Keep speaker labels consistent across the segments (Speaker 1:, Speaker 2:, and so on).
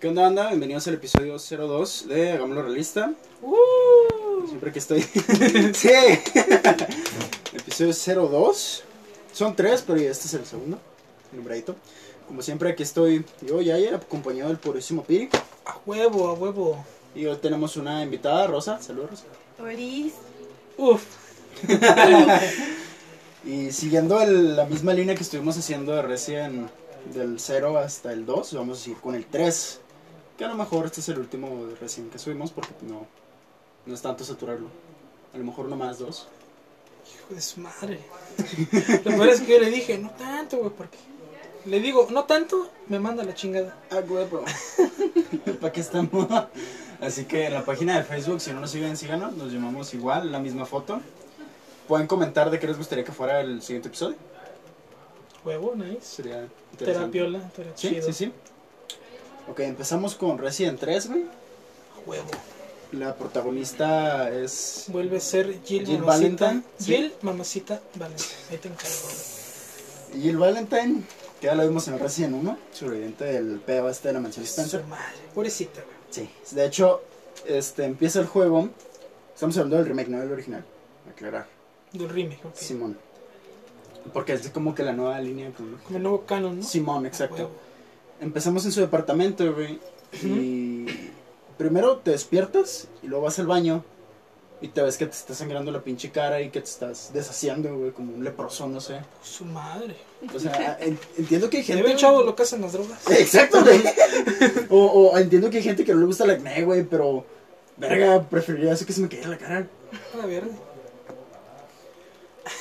Speaker 1: ¿Qué onda, banda? Bienvenidos al episodio 02 de Hagámoslo Realista. Siempre que estoy. ¡Sí! episodio 02. Son tres, pero ya este es el segundo. Nombradito. Como siempre, aquí estoy yo, Yaya, acompañado del purísimo Piri.
Speaker 2: A huevo, a huevo.
Speaker 1: Y hoy tenemos una invitada, Rosa. Saludos, Rosa.
Speaker 3: Olis.
Speaker 2: Uf.
Speaker 1: Y siguiendo el- la misma línea que estuvimos haciendo de recién del 0 hasta el 2, vamos a seguir con el 3. Que a lo mejor este es el último de recién que subimos porque no, no es tanto saturarlo. A lo mejor nomás dos.
Speaker 2: Hijo de su madre. Lo peor es que yo le dije, no tanto, güey, porque. Le digo, no tanto, me manda la chingada.
Speaker 1: Ah, huevo. ¿Para qué estamos? Así que en la página de Facebook, si no nos siguen, síganos. Nos llamamos igual, la misma foto. Pueden comentar de qué les gustaría que fuera el siguiente episodio.
Speaker 2: Huevo, nice.
Speaker 1: Sería interesante.
Speaker 2: Terapiola, terapia.
Speaker 1: Sí, sí, sí. Ok, empezamos con Resident 3, güey.
Speaker 2: A huevo.
Speaker 1: La protagonista es.
Speaker 2: Vuelve a ser Jill,
Speaker 1: Jill
Speaker 2: Mamacita.
Speaker 1: Valentine, sí.
Speaker 2: Jill Mamacita Valentine. Ahí te encargo.
Speaker 1: Jill Valentine, que ya la vimos en Resident 1, sobreviviente del pedo este de la mansión
Speaker 2: Su
Speaker 1: Spencer.
Speaker 2: madre. Pobrecita, güey.
Speaker 1: Sí, de hecho, este empieza el juego. Estamos hablando del remake, no del original. Aclarar,
Speaker 2: Del remake, ok.
Speaker 1: Simón. Porque es como que la nueva línea cronológica.
Speaker 2: Como el nuevo canon, ¿no?
Speaker 1: Simón,
Speaker 2: A
Speaker 1: exacto.
Speaker 2: Ah, huevo.
Speaker 1: Empezamos en su departamento, güey. Y primero te despiertas y luego vas al baño y te ves que te está sangrando la pinche cara y que te estás deshaciendo, güey, como un leproso, no sé.
Speaker 2: Su madre.
Speaker 1: O sea, en- entiendo que hay gente.
Speaker 2: Debe chavo lo que hacen las drogas.
Speaker 1: Exacto, güey. O, o entiendo que hay gente que no le gusta el acné, güey, pero. Verga, preferiría eso que se me cayera la cara.
Speaker 2: A ver.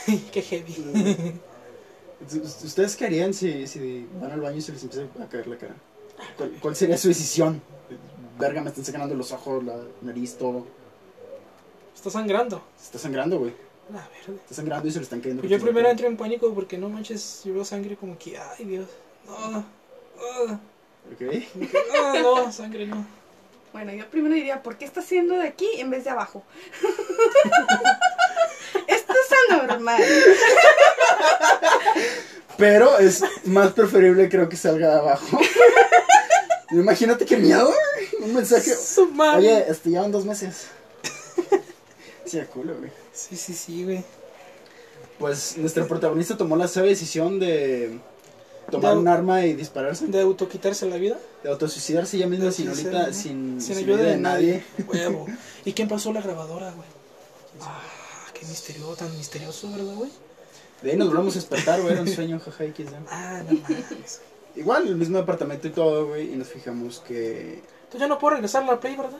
Speaker 2: Ay, qué heavy.
Speaker 1: ¿Ustedes qué harían si, si van al baño y se les empieza a caer la cara? ¿Cuál, cuál sería su decisión? Verga, me están sangrando los ojos, la nariz, todo.
Speaker 2: Está sangrando.
Speaker 1: Se está sangrando, güey.
Speaker 2: La verde.
Speaker 1: Está sangrando y se le están cayendo.
Speaker 2: Pues Yo
Speaker 1: los
Speaker 2: primero
Speaker 1: ojos.
Speaker 2: entré en pánico porque no manches, yo veo sangre como que, ay Dios, no, ah,
Speaker 1: Ok.
Speaker 2: como que, ah, no, sangre no.
Speaker 3: Bueno, yo primero diría, ¿por qué está haciendo de aquí en vez de abajo? Esto es anormal.
Speaker 1: Pero es más preferible, creo que salga de abajo. Imagínate qué miedo, güey. Un mensaje.
Speaker 2: Su madre.
Speaker 1: Oye, este, llevan dos meses. Sí, a culo, güey.
Speaker 2: Sí, sí, sí, güey.
Speaker 1: Pues nuestra protagonista tomó la sabia decisión de tomar
Speaker 2: De-
Speaker 1: un arma y dispararse,
Speaker 2: De autoquitarse la vida.
Speaker 1: de autosuicidarse ella misma sin,
Speaker 2: Sí,
Speaker 1: ahorita,
Speaker 2: sí,
Speaker 1: sin,
Speaker 2: sin ayuda de nadie. Huevo. ¿Y quién pasó la grabadora, güey? Ah, qué misterio, tan misterioso, ¿verdad, güey?
Speaker 1: De ahí nos volvemos a despertar, güey, era un sueño, jaja, y quién sabe.
Speaker 2: Ah, no mames.
Speaker 1: Igual, el mismo departamento y todo, güey, y nos fijamos que
Speaker 2: Entonces ya no puedo regresar a la Play, ¿verdad?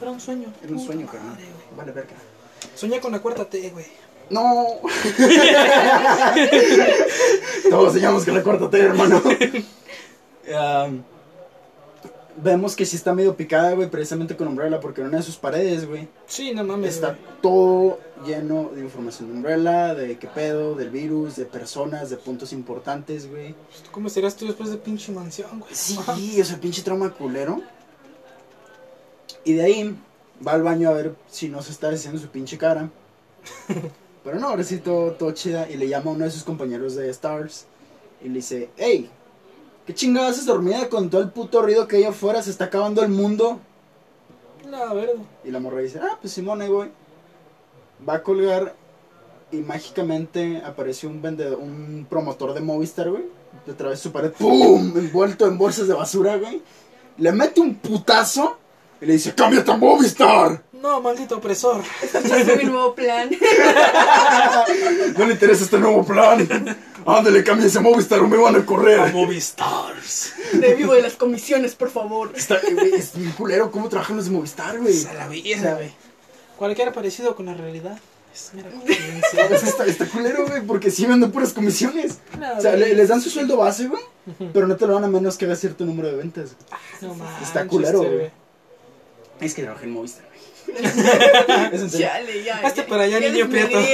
Speaker 2: Era un sueño.
Speaker 1: era un
Speaker 2: Puta
Speaker 1: sueño,
Speaker 2: madre,
Speaker 1: carnal.
Speaker 2: güey.
Speaker 1: Vale, verga.
Speaker 2: Soñé con la cuarta T, güey.
Speaker 1: ¡No! Todos soñamos con la cuarta T, hermano. Um, vemos que sí está medio picada, güey, precisamente con Umbrella, porque en una de sus paredes, güey,
Speaker 2: Sí, no mames.
Speaker 1: Está
Speaker 2: güey.
Speaker 1: todo lleno de información de Umbrella, de qué pedo, del virus, de personas, de puntos importantes, güey.
Speaker 2: ¿Cómo serás tú después de pinche mansión, güey?
Speaker 1: Sí, o sea, pinche trauma culero. Y de ahí va al baño a ver si no se está haciendo su pinche cara. Pero no, ahora sí todo, todo chida. Y le llama a uno de sus compañeros de Stars y le dice, hey, ¿qué chingada haces dormida con todo el puto ruido que hay afuera? Se está acabando el mundo.
Speaker 2: La verde.
Speaker 1: Y la morra dice, ah, pues Simón, ahí voy. Va a colgar y mágicamente apareció un vendedor, un promotor de Movistar, güey. De través de su pared, ¡pum! Envuelto en bolsas de basura, güey. Le mete un putazo y le dice, ¡cámbiate a Movistar!
Speaker 2: No, maldito opresor.
Speaker 3: Es mi nuevo plan.
Speaker 1: No le interesa este nuevo plan. Ándale, cámbiese a Movistar o me van a correr.
Speaker 2: Movistars.
Speaker 3: De vivo de las comisiones, por favor.
Speaker 1: Está, güey, es bien culero cómo trabajan los de Movistar, güey.
Speaker 2: A la vida, güey. Cualquier parecido con la realidad es mera coincidencia.
Speaker 1: Está, está culero, güey, porque sí venden puras comisiones.
Speaker 2: No,
Speaker 1: O sea, le-
Speaker 2: güey.
Speaker 1: les dan su sueldo base, güey, pero no te lo dan a menos que hagas cierto número de ventas.
Speaker 2: No manches,
Speaker 1: está culero,
Speaker 2: este,
Speaker 1: güey. Es que trabajé en Movistar, güey. es en serio.
Speaker 3: Chale, ya.
Speaker 2: Hazte
Speaker 3: ya,
Speaker 2: para allá,
Speaker 3: ya
Speaker 2: niño
Speaker 3: desmigre.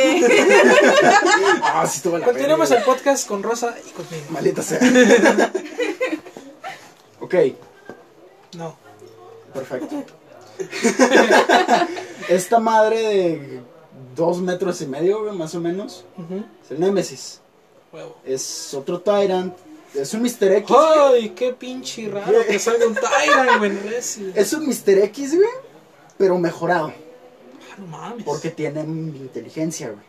Speaker 1: Ah, sí, toda la
Speaker 2: Continuamos
Speaker 1: verga,
Speaker 2: el podcast con Rosa y conmigo.
Speaker 1: güey. Maldita sea. ok,
Speaker 2: No.
Speaker 1: perfecto. Esta madre de dos metros y medio, güey, más o menos,
Speaker 2: Ujú.
Speaker 1: es el Némesis.
Speaker 2: Huevo.
Speaker 1: Es otro Tyrant Es un Mr. X.
Speaker 2: ¡Ay, qué pinche raro que salga un Tyrant, güey! No es-
Speaker 1: Es un Mr. X, güey, pero mejorado.
Speaker 2: Ah, no mames.
Speaker 1: Porque tiene inteligencia, güey.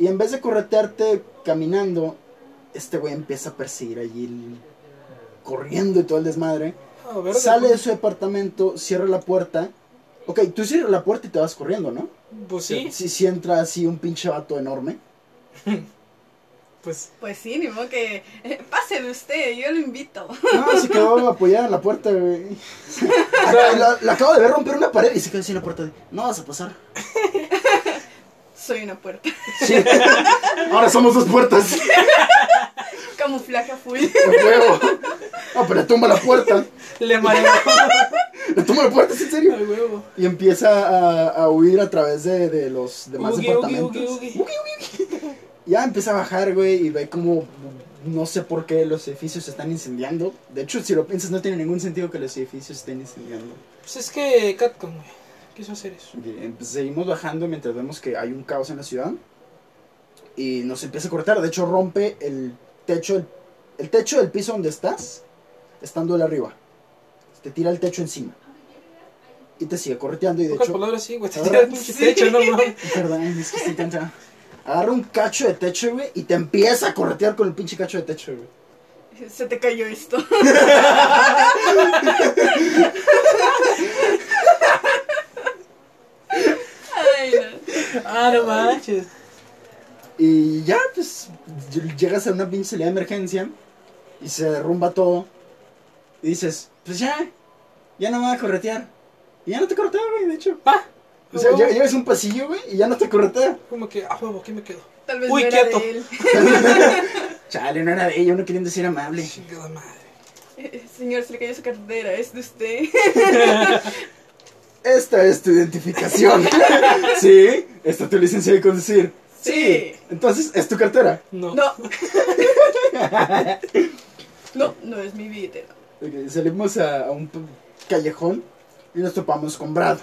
Speaker 1: Y en vez de corretearte caminando, este güey empieza a perseguir allí el- corriendo y todo el desmadre.
Speaker 2: Ah, verga,
Speaker 1: Sale de
Speaker 2: pues.
Speaker 1: su departamento, cierra la puerta. Ok, tú cierras la puerta y te vas corriendo, ¿no?
Speaker 2: Pues sí,
Speaker 1: Si, si entra así un pinche vato enorme.
Speaker 2: pues.
Speaker 3: Pues sí, ni modo que. eh, Pásele usted, yo lo invito.
Speaker 1: No, se quedó apoyada en la puerta, güey. Acá- la, la acabo de ver romper una pared y se quedó así en la puerta. de, No vas a pasar.
Speaker 3: Soy una puerta.
Speaker 1: Sí. Ahora somos dos puertas.
Speaker 3: Camuflaje a full.
Speaker 1: A huevo. No, pero toma la puerta.
Speaker 2: Le mareó.
Speaker 1: Le tomo la puerta, ¿es en serio?
Speaker 2: Ay, huevo.
Speaker 1: Y empieza a, a huir a través de, de los demás
Speaker 2: Ugi, ugi,
Speaker 1: departamentos.
Speaker 2: ugi, ugi.
Speaker 1: Ya empieza a bajar, güey, y ve como no sé por qué los edificios se están incendiando. De hecho, si lo piensas, no tiene ningún sentido que los edificios estén incendiando.
Speaker 2: Pues es que Catcom, güey. Quiso hacer eso.
Speaker 1: Bien, pues seguimos bajando mientras vemos que hay un caos en la ciudad. Y nos empieza a cortar. De hecho, rompe el techo, el, el techo del piso donde estás, estando él arriba. Te tira el techo encima. Y te sigue correteando y de
Speaker 2: Pocas
Speaker 1: hecho...
Speaker 2: palabras, sí, güey. Te
Speaker 1: Ahora-
Speaker 2: tira el pinche
Speaker 3: Sí.
Speaker 2: techo, no mames.
Speaker 1: Perdón, es que estoy cansado. Agarra un cacho de techo, güey, y te empieza a corretear con el pinche cacho de techo, güey.
Speaker 3: Se te cayó esto. Ay, no.
Speaker 2: Ah, no manches.
Speaker 1: Y ya, pues, ll- llegas a una pinche salida de emergencia y se derrumba todo. Y dices, pues ya, ya no me va a corretear. Y ya no te corretea, güey, de hecho.
Speaker 2: Va.
Speaker 1: O sea, lle- llegas a un pasillo, güey, y ya no te corretea.
Speaker 2: Como que, ah, huevo, aquí me quedo.
Speaker 3: Tal vez
Speaker 2: Uy,
Speaker 3: no era
Speaker 2: quieto.
Speaker 3: de él.
Speaker 1: Chale, no era de ella, no querían decir amable.
Speaker 2: Chingada madre.
Speaker 3: Eh, Señor, se le cayó su cartera, es de usted.
Speaker 1: Esta es tu identificación. ¿Sí? Esta es tu licencia de conducir.
Speaker 3: Sí.
Speaker 1: Entonces, es tu cartera.
Speaker 2: No.
Speaker 3: No. No, no es mi billetera.
Speaker 1: Ok, Salimos a, a un p- callejón y nos topamos con Brad.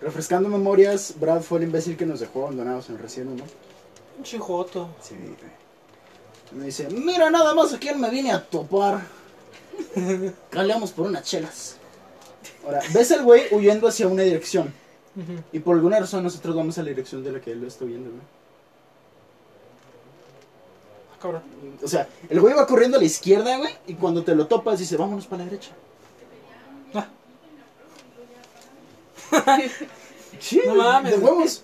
Speaker 1: Refrescando memorias, Brad fue el imbécil que nos dejó abandonados en recién uno.
Speaker 2: Un chijoto.
Speaker 1: Sí. Me dice, mira nada más a quién me vine a topar. Caleamos por unas chelas. Ahora, ves al güey huyendo hacia una dirección.
Speaker 2: Ujú.
Speaker 1: Y por alguna razón nosotros vamos a la dirección de la que él lo está huyendo, ¿no?
Speaker 2: Ah, Cabrón.
Speaker 1: O sea, el güey va corriendo a la izquierda, güey, y cuando te lo topas dice, vámonos para la derecha.
Speaker 2: Ah.
Speaker 1: Sí,
Speaker 2: No mames.
Speaker 1: de huevos.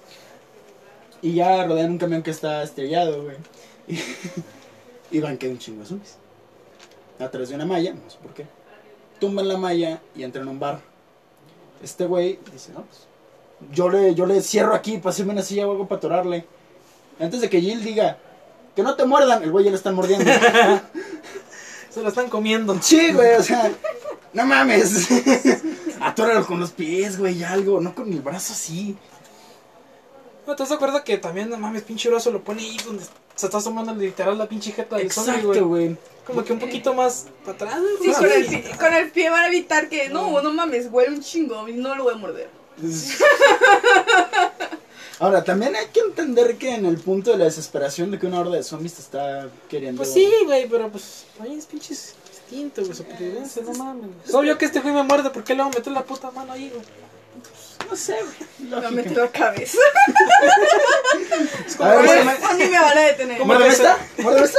Speaker 1: Y ya rodean un camión que está estrellado, güey. Y, y banquean un chingo de zombies. Atrás de una malla, no sé por qué. Tumban la malla y entran a un bar. Este güey dice, no, pues. Yo le, yo le cierro aquí, paséme una silla o algo para atorarle. Antes de que Jill diga, que no te muerdan, el güey ya le están mordiendo.
Speaker 2: Se la están comiendo.
Speaker 1: Sí, güey, o sea, no mames. Atóralo con los pies, güey, algo, no con el brazo así.
Speaker 2: No, ¿te das acuerdo que también, no mames, pinche brazo lo pone ahí donde se está asomando literal la pinche jeta del zombie,
Speaker 1: Exacto,
Speaker 2: güey?
Speaker 1: güey.
Speaker 2: Como que un poquito más para atrás, güey.
Speaker 3: Sí,
Speaker 1: Ah,
Speaker 3: con el,
Speaker 1: sí.
Speaker 3: pi- con el pie para evitar que. No, no mames, huele un chingo y no lo voy a morder.
Speaker 1: Ahora, también hay que entender que en el punto de la desesperación de que una horda de zombies te está queriendo.
Speaker 2: Pues sí, güey, pero pues, oye, es pinche instinto, güey, supervivencia, no mames. Es obvio que este güey me muerde, ¿por qué le voy a meter la puta mano ahí, güey?
Speaker 1: No sé, güey.
Speaker 3: Me va a
Speaker 1: lógica.
Speaker 3: meter la cabeza.
Speaker 2: Es
Speaker 1: A ver,
Speaker 2: güey,
Speaker 1: muérdeme.
Speaker 3: A mí me van a detener.
Speaker 2: ¿Cómo?
Speaker 1: Muérdeme esta, muérdeme esta.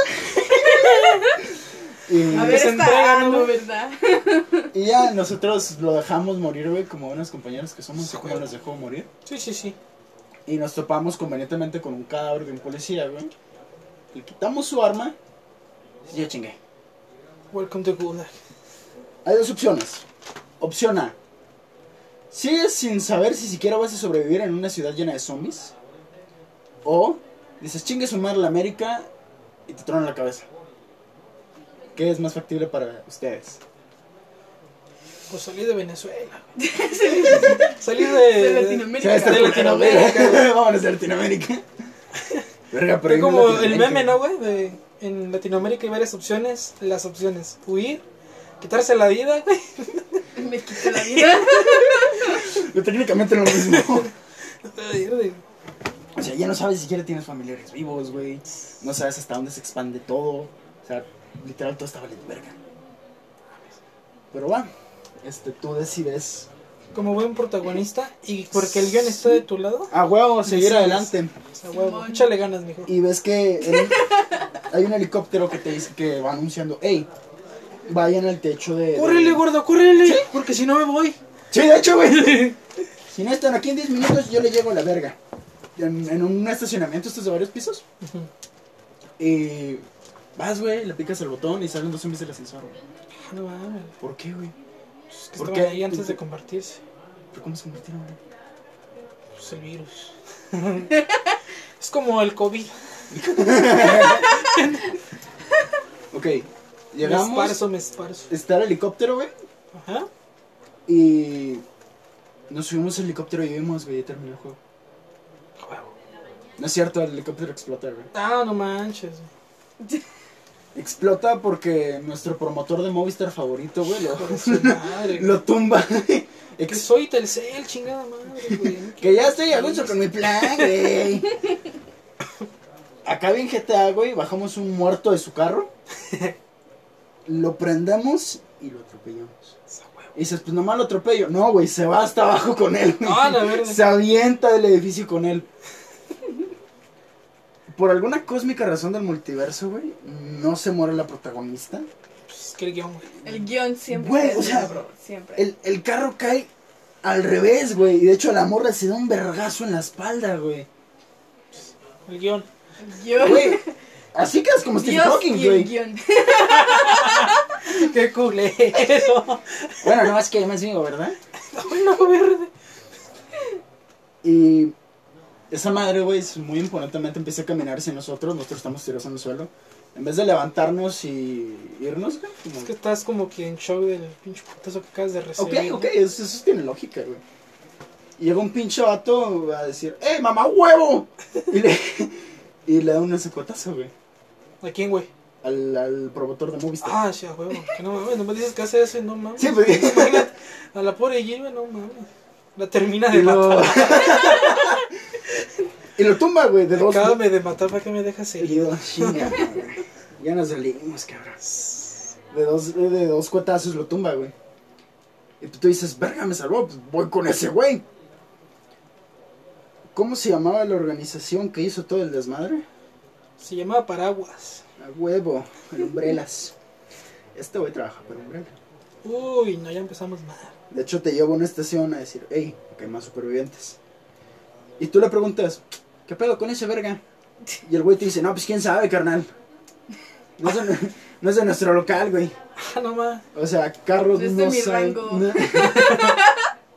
Speaker 1: Y,
Speaker 3: A
Speaker 2: que
Speaker 3: ver,
Speaker 2: se
Speaker 3: está.
Speaker 2: entrega,
Speaker 3: ah,
Speaker 2: ¿no?
Speaker 3: no, ¿verdad?
Speaker 1: y ya nosotros lo dejamos morir, güey, como unos compañeros que somos, como nos dejó morir.
Speaker 2: Sí, sí, sí.
Speaker 1: Y nos topamos convenientemente con un cadáver de un policía, güey. Le quitamos su arma. Y ya chingué.
Speaker 2: Welcome to Gulag.
Speaker 1: Hay dos opciones. Opción A. Sigues sin saber si siquiera vas a sobrevivir en una ciudad llena de zombies. O dices chingue su madre la América y te tronan la cabeza. ¿Qué es más factible para ustedes?
Speaker 2: Pues salí de Venezuela, güey. salí de...
Speaker 3: De
Speaker 1: Eh, Se va a
Speaker 3: Latinoamérica.
Speaker 1: estar
Speaker 2: De
Speaker 1: culero, güey.
Speaker 2: Latinoamérica.
Speaker 1: este Vámonos a Latinoamérica. Verga, pero
Speaker 2: Fue
Speaker 1: ahí en
Speaker 2: como el
Speaker 1: Latinoamérica.
Speaker 2: meme, ¿no, güey? De, en Latinoamérica hay varias opciones. Las opciones, huir, quitarse la vida, güey.
Speaker 3: Me quité la vida.
Speaker 1: Pero técnicamente no es lo mismo.
Speaker 2: Verde.
Speaker 1: o sea, ya no sabes si siquiera tienes familiares vivos, güey. No sabes hasta dónde se expande todo. O sea, Literal, todo estaba valiendo verga. Pero va, este, tú decides.
Speaker 2: Como buen protagonista y porque el guión está de tu lado,
Speaker 1: A huevo, seguir
Speaker 2: Decides.
Speaker 1: adelante.
Speaker 2: o sea, huevo, échale ganas, mijo.
Speaker 1: Y ves que en- hay un helicóptero que te dice que va anunciando, hey, vayan al techo de... de-
Speaker 2: ¡Córrele, gordo, córrele! Porque si no me voy.
Speaker 1: Sí, de hecho, güey. si no están aquí en 10 minutos, yo le llego a la verga. En, en un estacionamiento, estos de varios pisos.
Speaker 2: Ujú.
Speaker 1: Y vas, güey, le picas el botón y salen dos zombies del ascensor, güey.
Speaker 2: Ah, No mames. pues,
Speaker 1: ¿Por qué, güey?
Speaker 2: Es que
Speaker 1: ¿Por
Speaker 2: estaban
Speaker 1: qué?
Speaker 2: ahí antes de convertirse.
Speaker 1: ¿Pero cómo se convirtieron, güey?
Speaker 2: Pues el virus. es como el COVID.
Speaker 1: Ok,
Speaker 2: Me
Speaker 1: llegamos.
Speaker 2: esparzo, me esparzo.
Speaker 1: Está el helicóptero, güey.
Speaker 2: Ajá.
Speaker 1: Y nos subimos al helicóptero y vimos, güey, ya terminó el juego. No es cierto, el helicóptero explota, güey.
Speaker 2: Ah, no manches. güey.
Speaker 1: Explota porque nuestro promotor de Movistar favorito, güey, lo,
Speaker 2: Por su madre. güey.
Speaker 1: lo tumba.
Speaker 2: Que
Speaker 1: Ex-
Speaker 2: soy Telcel, chingada madre, güey.
Speaker 1: que ya estoy a gusto con mi plan, güey. Acá en GTA, güey, bajamos un muerto de su carro. Lo prendemos y lo atropellamos. Y dices, pues nomás lo atropello. No, güey, se va hasta abajo con él. güey.
Speaker 2: Ah, la verga.
Speaker 1: Se avienta del edificio con él. Por alguna cósmica razón del multiverso, güey, no se muere la protagonista.
Speaker 2: Pues, que el guión, güey.
Speaker 3: El guión siempre.
Speaker 1: Güey,
Speaker 3: es
Speaker 1: o sea,
Speaker 3: negro, siempre.
Speaker 1: El, el carro cae al revés, güey. Y de hecho a la morra se da un vergazo en la espalda, güey.
Speaker 2: El guión.
Speaker 3: El guión.
Speaker 1: Güey, así quedas como Stephen
Speaker 3: Dios
Speaker 1: Hawking,
Speaker 3: y el
Speaker 1: güey.
Speaker 3: guión.
Speaker 2: Qué culero.
Speaker 1: Bueno, no más que más digo, ¿verdad?
Speaker 2: Hola, verde.
Speaker 1: Y esa madre, güey, es muy imponentemente empieza a caminar hacia nosotros. Nosotros estamos tirados en el suelo. En vez de levantarnos y irnos, güey. como-
Speaker 2: Es que estás como que en show del pinche putazo que acabas de
Speaker 1: Ok,
Speaker 2: recibir.
Speaker 1: ok, eso, eso tiene lógica, güey. Y Llega un pinche vato a decir, ¡eh, mamá huevo! Y le, y le da un sacotazo, güey.
Speaker 2: ¿A quién, güey?
Speaker 1: Al, al promotor de Movistar.
Speaker 2: Ah, sí, a huevo. Que no mames, no me dices que hace eso y no mames.
Speaker 1: Sí, pues.
Speaker 2: Imagínate, a la pobre Jive, no mames. La termina de
Speaker 1: Y lo,
Speaker 2: matar.
Speaker 1: y lo tumba, güey, de dos.
Speaker 2: Acábame de matar para que me dejas
Speaker 1: Y
Speaker 2: herido.
Speaker 1: yo, chinga, madre. Ya nos salimos, cabrón. De dos, de, de dos cuetazos lo tumba, güey. Y tú dices, verga, me salvó, pues voy con ese güey. ¿Cómo se llamaba la organización que hizo todo el desmadre?
Speaker 2: Se llamaba Paraguas.
Speaker 1: A huevo, el Umbrelas. Este güey trabaja para Umbrella.
Speaker 2: Uy, no, ya empezamos mal.
Speaker 1: De hecho, te lleva a una estación a decir, hey, que hay más supervivientes. Y tú le preguntas, ¿qué pedo con ese verga? Y el güey te dice, no, pues quién sabe, carnal. No es de, no es de nuestro local, güey.
Speaker 2: Ah, no mames.
Speaker 1: O sea, Carlos
Speaker 3: No Este es de
Speaker 1: no
Speaker 3: mi
Speaker 1: sabe.
Speaker 3: rango.
Speaker 1: no-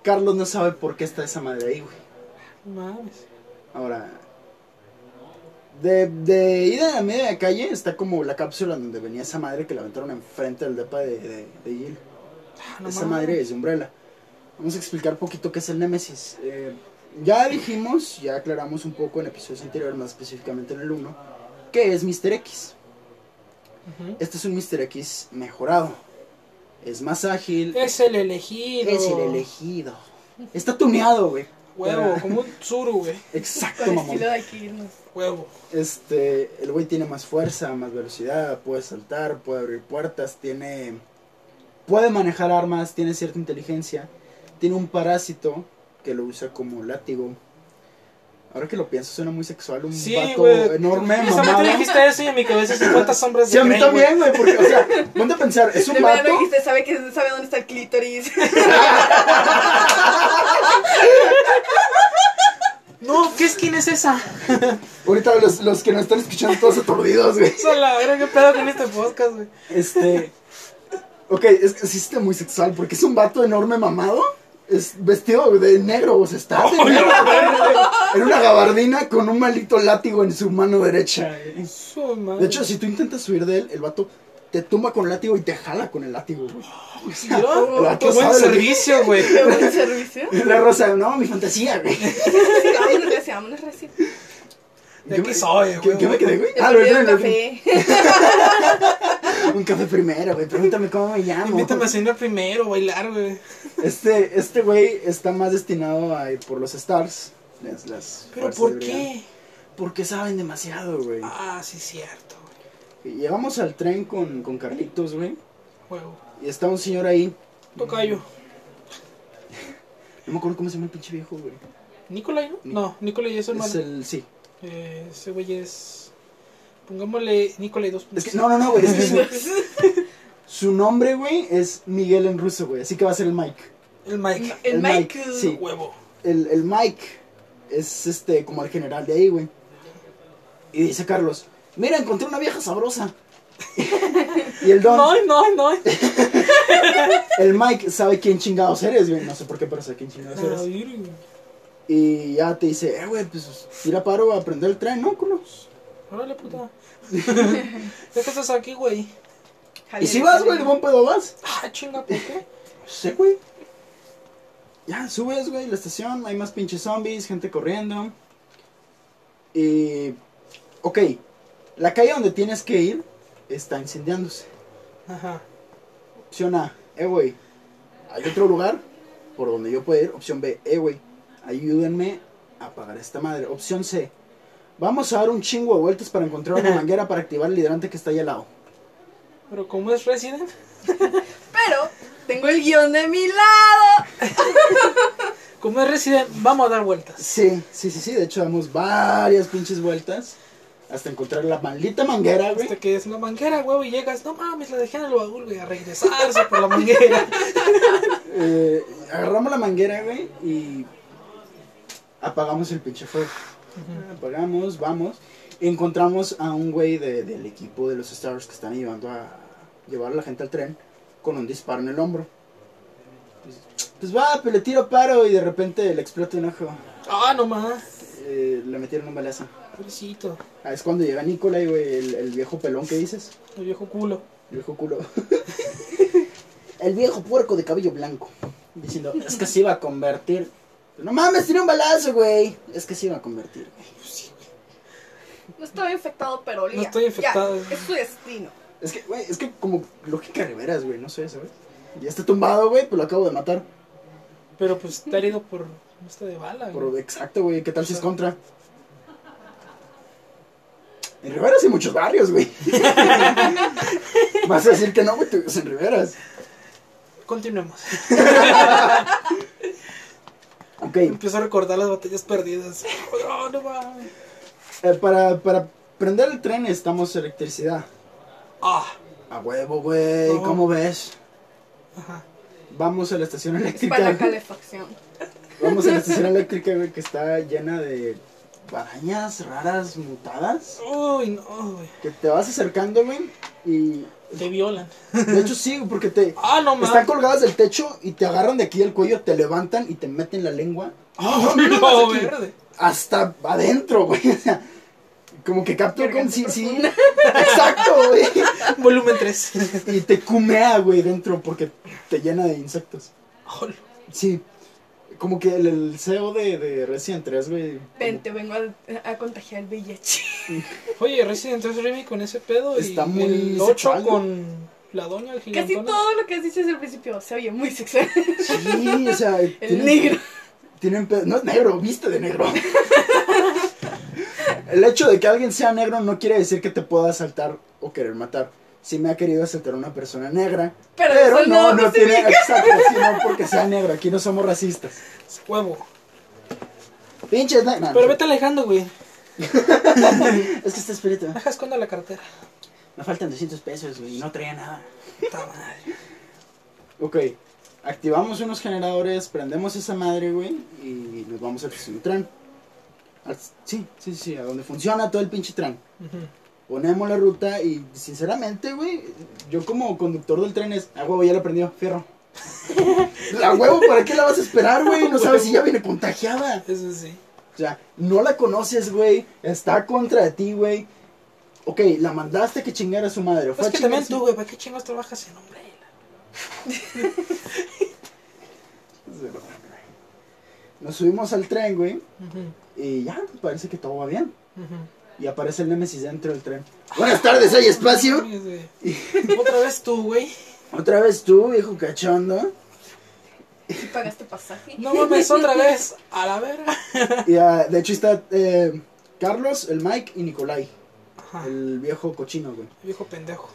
Speaker 1: Carlos no sabe por qué está esa madre ahí, güey.
Speaker 2: No mames.
Speaker 1: Ahora, de, de ida a media calle está como la cápsula donde venía esa madre que la aventaron enfrente del depa de, de, de Jill.
Speaker 2: Ah, no
Speaker 1: Esa
Speaker 2: mames.
Speaker 1: madre es de Umbrella. Vamos a explicar poquito qué es el Némesis. Eh, ya dijimos, ya aclaramos un poco en episodios anteriores, más específicamente en el 1, que es Mr. X.
Speaker 2: Ujú.
Speaker 1: Este es un Mr. X mejorado. Es más ágil.
Speaker 2: Es el elegido.
Speaker 1: Es el elegido. Está tuneado, güey.
Speaker 2: Huevo, como un tsuru, güey.
Speaker 1: Exacto,
Speaker 3: Con
Speaker 1: mamón.
Speaker 3: estilo de aquí. no sé.
Speaker 2: Huevo.
Speaker 1: Este, el güey tiene más fuerza, más velocidad, puede saltar, puede abrir puertas, tiene... Puede manejar armas, tiene cierta inteligencia. Tiene un parásito que lo usa como látigo. Ahora que lo pienso, suena muy sexual. Un
Speaker 2: Sí,
Speaker 1: vato
Speaker 2: güey.
Speaker 1: enorme,
Speaker 2: Solamente
Speaker 1: mamado.
Speaker 2: dijiste eso y en mi cabeza 50 sombras de
Speaker 1: Sí, a mí
Speaker 2: Grey,
Speaker 1: también, güey, porque, o sea, ponte a pensar, es
Speaker 3: De
Speaker 1: un
Speaker 3: verdad
Speaker 1: vato...
Speaker 3: no dijiste, sabe, que, sabe dónde está el clítoris.
Speaker 2: güey. No, ¿qué skin es esa?
Speaker 1: Ahorita los, los que nos están escuchando todos aturdidos, güey.
Speaker 2: Esa la verga, qué pedo con este podcast, güey.
Speaker 1: Este. Ok, es que sí está muy sexual porque es un vato enorme mamado. Es vestido de negro, o sea, está de negro, en una gabardina con un maldito látigo en su mano derecha.
Speaker 2: Su madre.
Speaker 1: De hecho, si tú intentas huir de él, el vato te tumba con el látigo y te jala con el látigo. güey.
Speaker 2: Mira,
Speaker 1: el vato
Speaker 2: qué buen
Speaker 1: sabe lo que-
Speaker 2: servicio, güey.
Speaker 3: Qué buen servicio.
Speaker 1: Y La rosa, no, mi fantasía, güey.
Speaker 3: Sí, vámonos, decía, vámonos recién.
Speaker 2: ¿De
Speaker 1: Yo
Speaker 2: qué
Speaker 1: me-
Speaker 2: soy,
Speaker 1: ¿Qué,
Speaker 2: güey?
Speaker 1: qué me quedé, güey?
Speaker 3: Yo
Speaker 1: Ah,
Speaker 3: me
Speaker 1: lo
Speaker 3: pido un
Speaker 1: lo-
Speaker 3: café.
Speaker 1: Un café primero, güey. Pregúntame cómo me llamo.
Speaker 2: Invítame a cenar primero, bailar, güey.
Speaker 1: Este, este güey está más destinado a ir por los stars. Las, las
Speaker 2: ¿Pero
Speaker 1: fuerzas
Speaker 2: por
Speaker 1: de brillante.
Speaker 2: qué?
Speaker 1: Porque saben demasiado, güey.
Speaker 2: Ah, sí, cierto, güey.
Speaker 1: Llegamos al tren con, con Carlitos, güey.
Speaker 2: Juego.
Speaker 1: Y está un señor ahí.
Speaker 2: Tocayo.
Speaker 1: No me acuerdo cómo se llama el pinche viejo, güey.
Speaker 2: ¿Nicolai, no? No, Nicolai es su hermano.
Speaker 1: Es el. Sí.
Speaker 2: Eh, ese güey es. Pongámosle Nicolai 2.
Speaker 1: Es que, no, no, no, güey. Es que su, su nombre, güey, es Miguel en ruso, güey. Así que va a ser el Mike.
Speaker 2: El Mike.
Speaker 3: El
Speaker 1: El
Speaker 3: Mike.
Speaker 1: Mike, sí.
Speaker 2: Huevo.
Speaker 1: El, el Mike es este, como el general de ahí, güey. Y dice Carlos: Mira, encontré una vieja sabrosa. y el don,
Speaker 2: No, no, no.
Speaker 1: el Mike, sabe quién chingados eres, güey. No sé por qué, pero sabe quién chingados eres.
Speaker 2: Órale,
Speaker 1: Y ya te dice, eh, güey, pues tira paro a prender el tren, ¿no, culos?
Speaker 2: puta. ¿Ya que estás aquí, güey?
Speaker 1: Y si vas, güey, de buen pedo vas.
Speaker 2: Ah, chinga, ¿por qué?
Speaker 1: Sí, güey. Ya, subes, güey, la estación, hay más pinches zombies, gente corriendo. Y... Ok, la calle donde tienes que ir está incendiándose.
Speaker 2: Ajá.
Speaker 1: Opción A, eh, güey, hay otro lugar por donde yo puedo ir. Opción B, eh, güey, ayúdenme a apagar esta madre. Opción C, vamos a dar un chingo de vueltas para encontrar una manguera para activar el hidrante que está ahí al lado.
Speaker 2: Pero como es Resident,
Speaker 3: Pero tengo el guión de mi lado.
Speaker 2: como es Resident, vamos a dar vueltas.
Speaker 1: Sí, sí, sí, sí. De hecho, damos varias pinches vueltas hasta encontrar la maldita manguera, güey.
Speaker 2: Hasta que es la manguera, güey, y llegas, no mames, la dejé en el baúl, güey, a regresarse por la manguera.
Speaker 1: Eh, agarramos la manguera, güey, y apagamos el pinche fuego. Apagamos, vamos. Encontramos a un güey de- del equipo de los Stars que están llevando a llevar a la gente al tren con un disparo en el hombro. Pues, pues va, pues le tiro paro y de repente le explota un ojo.
Speaker 2: Ah, no más.
Speaker 1: Eh, le metieron un balazo.
Speaker 2: Pobrecito,
Speaker 1: Ah, es cuando llega Nicolai, güey, el- el viejo pelón que dices.
Speaker 2: el viejo culo.
Speaker 1: El viejo culo. el viejo puerco de cabello blanco. Diciendo, es que se iba a convertir. No mames, tiene un balazo, güey. Es que se iba a convertir, güey.
Speaker 3: No estoy infectado, pero olía.
Speaker 2: No estoy infectado.
Speaker 3: Ya, es tu destino.
Speaker 1: Es que, güey, es que como lógica Riveras, güey, no sé, ¿sabes? Ya está tumbado, güey, pues lo acabo de matar.
Speaker 2: Pero pues está herido por esta de bala, güey.
Speaker 1: Pero exacto, güey, ¿qué tal si es contra? En Riveras hay muchos barrios, güey. Vas a decir que no, güey, tú vives en Riveras.
Speaker 2: Continuemos.
Speaker 1: Ok,
Speaker 2: Empiezo a recordar las batallas perdidas. No, no mames.
Speaker 1: eh, para, para prender el tren necesitamos electricidad.
Speaker 2: Ah,
Speaker 1: A huevo, güey,
Speaker 2: No.
Speaker 1: ¿cómo ves?
Speaker 2: ajá.
Speaker 1: Vamos a la estación
Speaker 3: Es para
Speaker 1: eléctrica.
Speaker 3: la calefacción.
Speaker 1: Vamos a la estación eléctrica, güey, que está llena de arañas raras, mutadas.
Speaker 2: Uy, no, güey.
Speaker 1: Que te vas acercando, güey. Y
Speaker 2: Te violan.
Speaker 1: de hecho sí, güey, porque te
Speaker 2: Ah, no
Speaker 1: están
Speaker 2: mames.
Speaker 1: colgadas del techo y te agarran de aquí el cuello, te levantan y te meten la lengua.
Speaker 2: Ah,
Speaker 1: No, no,
Speaker 2: no,
Speaker 1: no, aquí.
Speaker 2: verde.
Speaker 1: Hasta adentro, güey. O sea, como que captura
Speaker 3: Verga,
Speaker 1: con sí, sí.
Speaker 3: profunda.
Speaker 1: Exacto, güey.
Speaker 2: Volumen 3.
Speaker 1: Y te cumea, güey, dentro porque te llena de insectos. Sí. Como que el, el CEO de, de Resident 3, güey.
Speaker 3: Ven, te vengo a, a contagiar el VIH.
Speaker 2: Oye, Resident Evil Remake con ese pedo y
Speaker 1: Está muy
Speaker 2: el 8
Speaker 1: sexual, ¿no?
Speaker 2: con la doña, el
Speaker 3: Casi
Speaker 2: gigantona.
Speaker 3: todo lo que has dicho desde el principio se oye muy sexual.
Speaker 1: Sí, o sea.
Speaker 3: El negro.
Speaker 1: Tienen pe- No es negro, viste de negro. el hecho de que alguien sea negro no quiere decir que te pueda asaltar o querer matar. Sí me ha querido asaltar una persona negra.
Speaker 3: Pero
Speaker 1: Pero,
Speaker 3: eso
Speaker 1: no,
Speaker 3: no
Speaker 1: no tiene. Exacto, sí, no porque sea negro. Aquí no somos racistas.
Speaker 2: Huevo.
Speaker 1: Pinches ne- no,
Speaker 2: Pero
Speaker 1: no,
Speaker 2: vete alejando, güey.
Speaker 1: Es que está espíritu.
Speaker 2: Deja esconda la cartera.
Speaker 1: Me faltan 200 pesos, güey. y No traía nada.
Speaker 2: Puta madre.
Speaker 1: Ok, activamos unos generadores, prendemos esa madre, güey, y nos vamos a estación de tren. Al- Sí, sí, sí, a donde funciona todo el pinche tren.
Speaker 2: Ujú.
Speaker 1: Ponemos la ruta y, sinceramente, güey, yo como conductor del tren es, ah, huevo, ya la prendió, fierro. La huevo, ¿para qué la vas a esperar, güey? No sabes si ya viene contagiada.
Speaker 2: Eso sí.
Speaker 1: O sea, no la conoces, güey, está contra ti, güey. Ok, la mandaste a que chingara a su madre. fue
Speaker 2: Es
Speaker 1: a
Speaker 2: que
Speaker 1: chingar a
Speaker 2: también
Speaker 1: su-
Speaker 2: tú, güey, ¿para qué chingos trabajas en hombre?
Speaker 1: Nos subimos al tren, güey.
Speaker 2: Ujú,
Speaker 1: Y ya, pues, parece que todo va bien.
Speaker 2: ujú.
Speaker 1: Y aparece el Nemesis dentro del tren. Buenas tardes, ¿hay espacio?
Speaker 2: Mames, güey. Otra vez tú, güey.
Speaker 1: Otra vez tú, viejo cachondo.
Speaker 3: Y pagaste pasaje.
Speaker 2: No mames, otra vez. A la verga.
Speaker 1: Y ah, de hecho está eh, Carlos, el Mike y Nicolai.
Speaker 2: Ajá. El
Speaker 1: el viejo cochino, güey.
Speaker 2: viejo pendejo.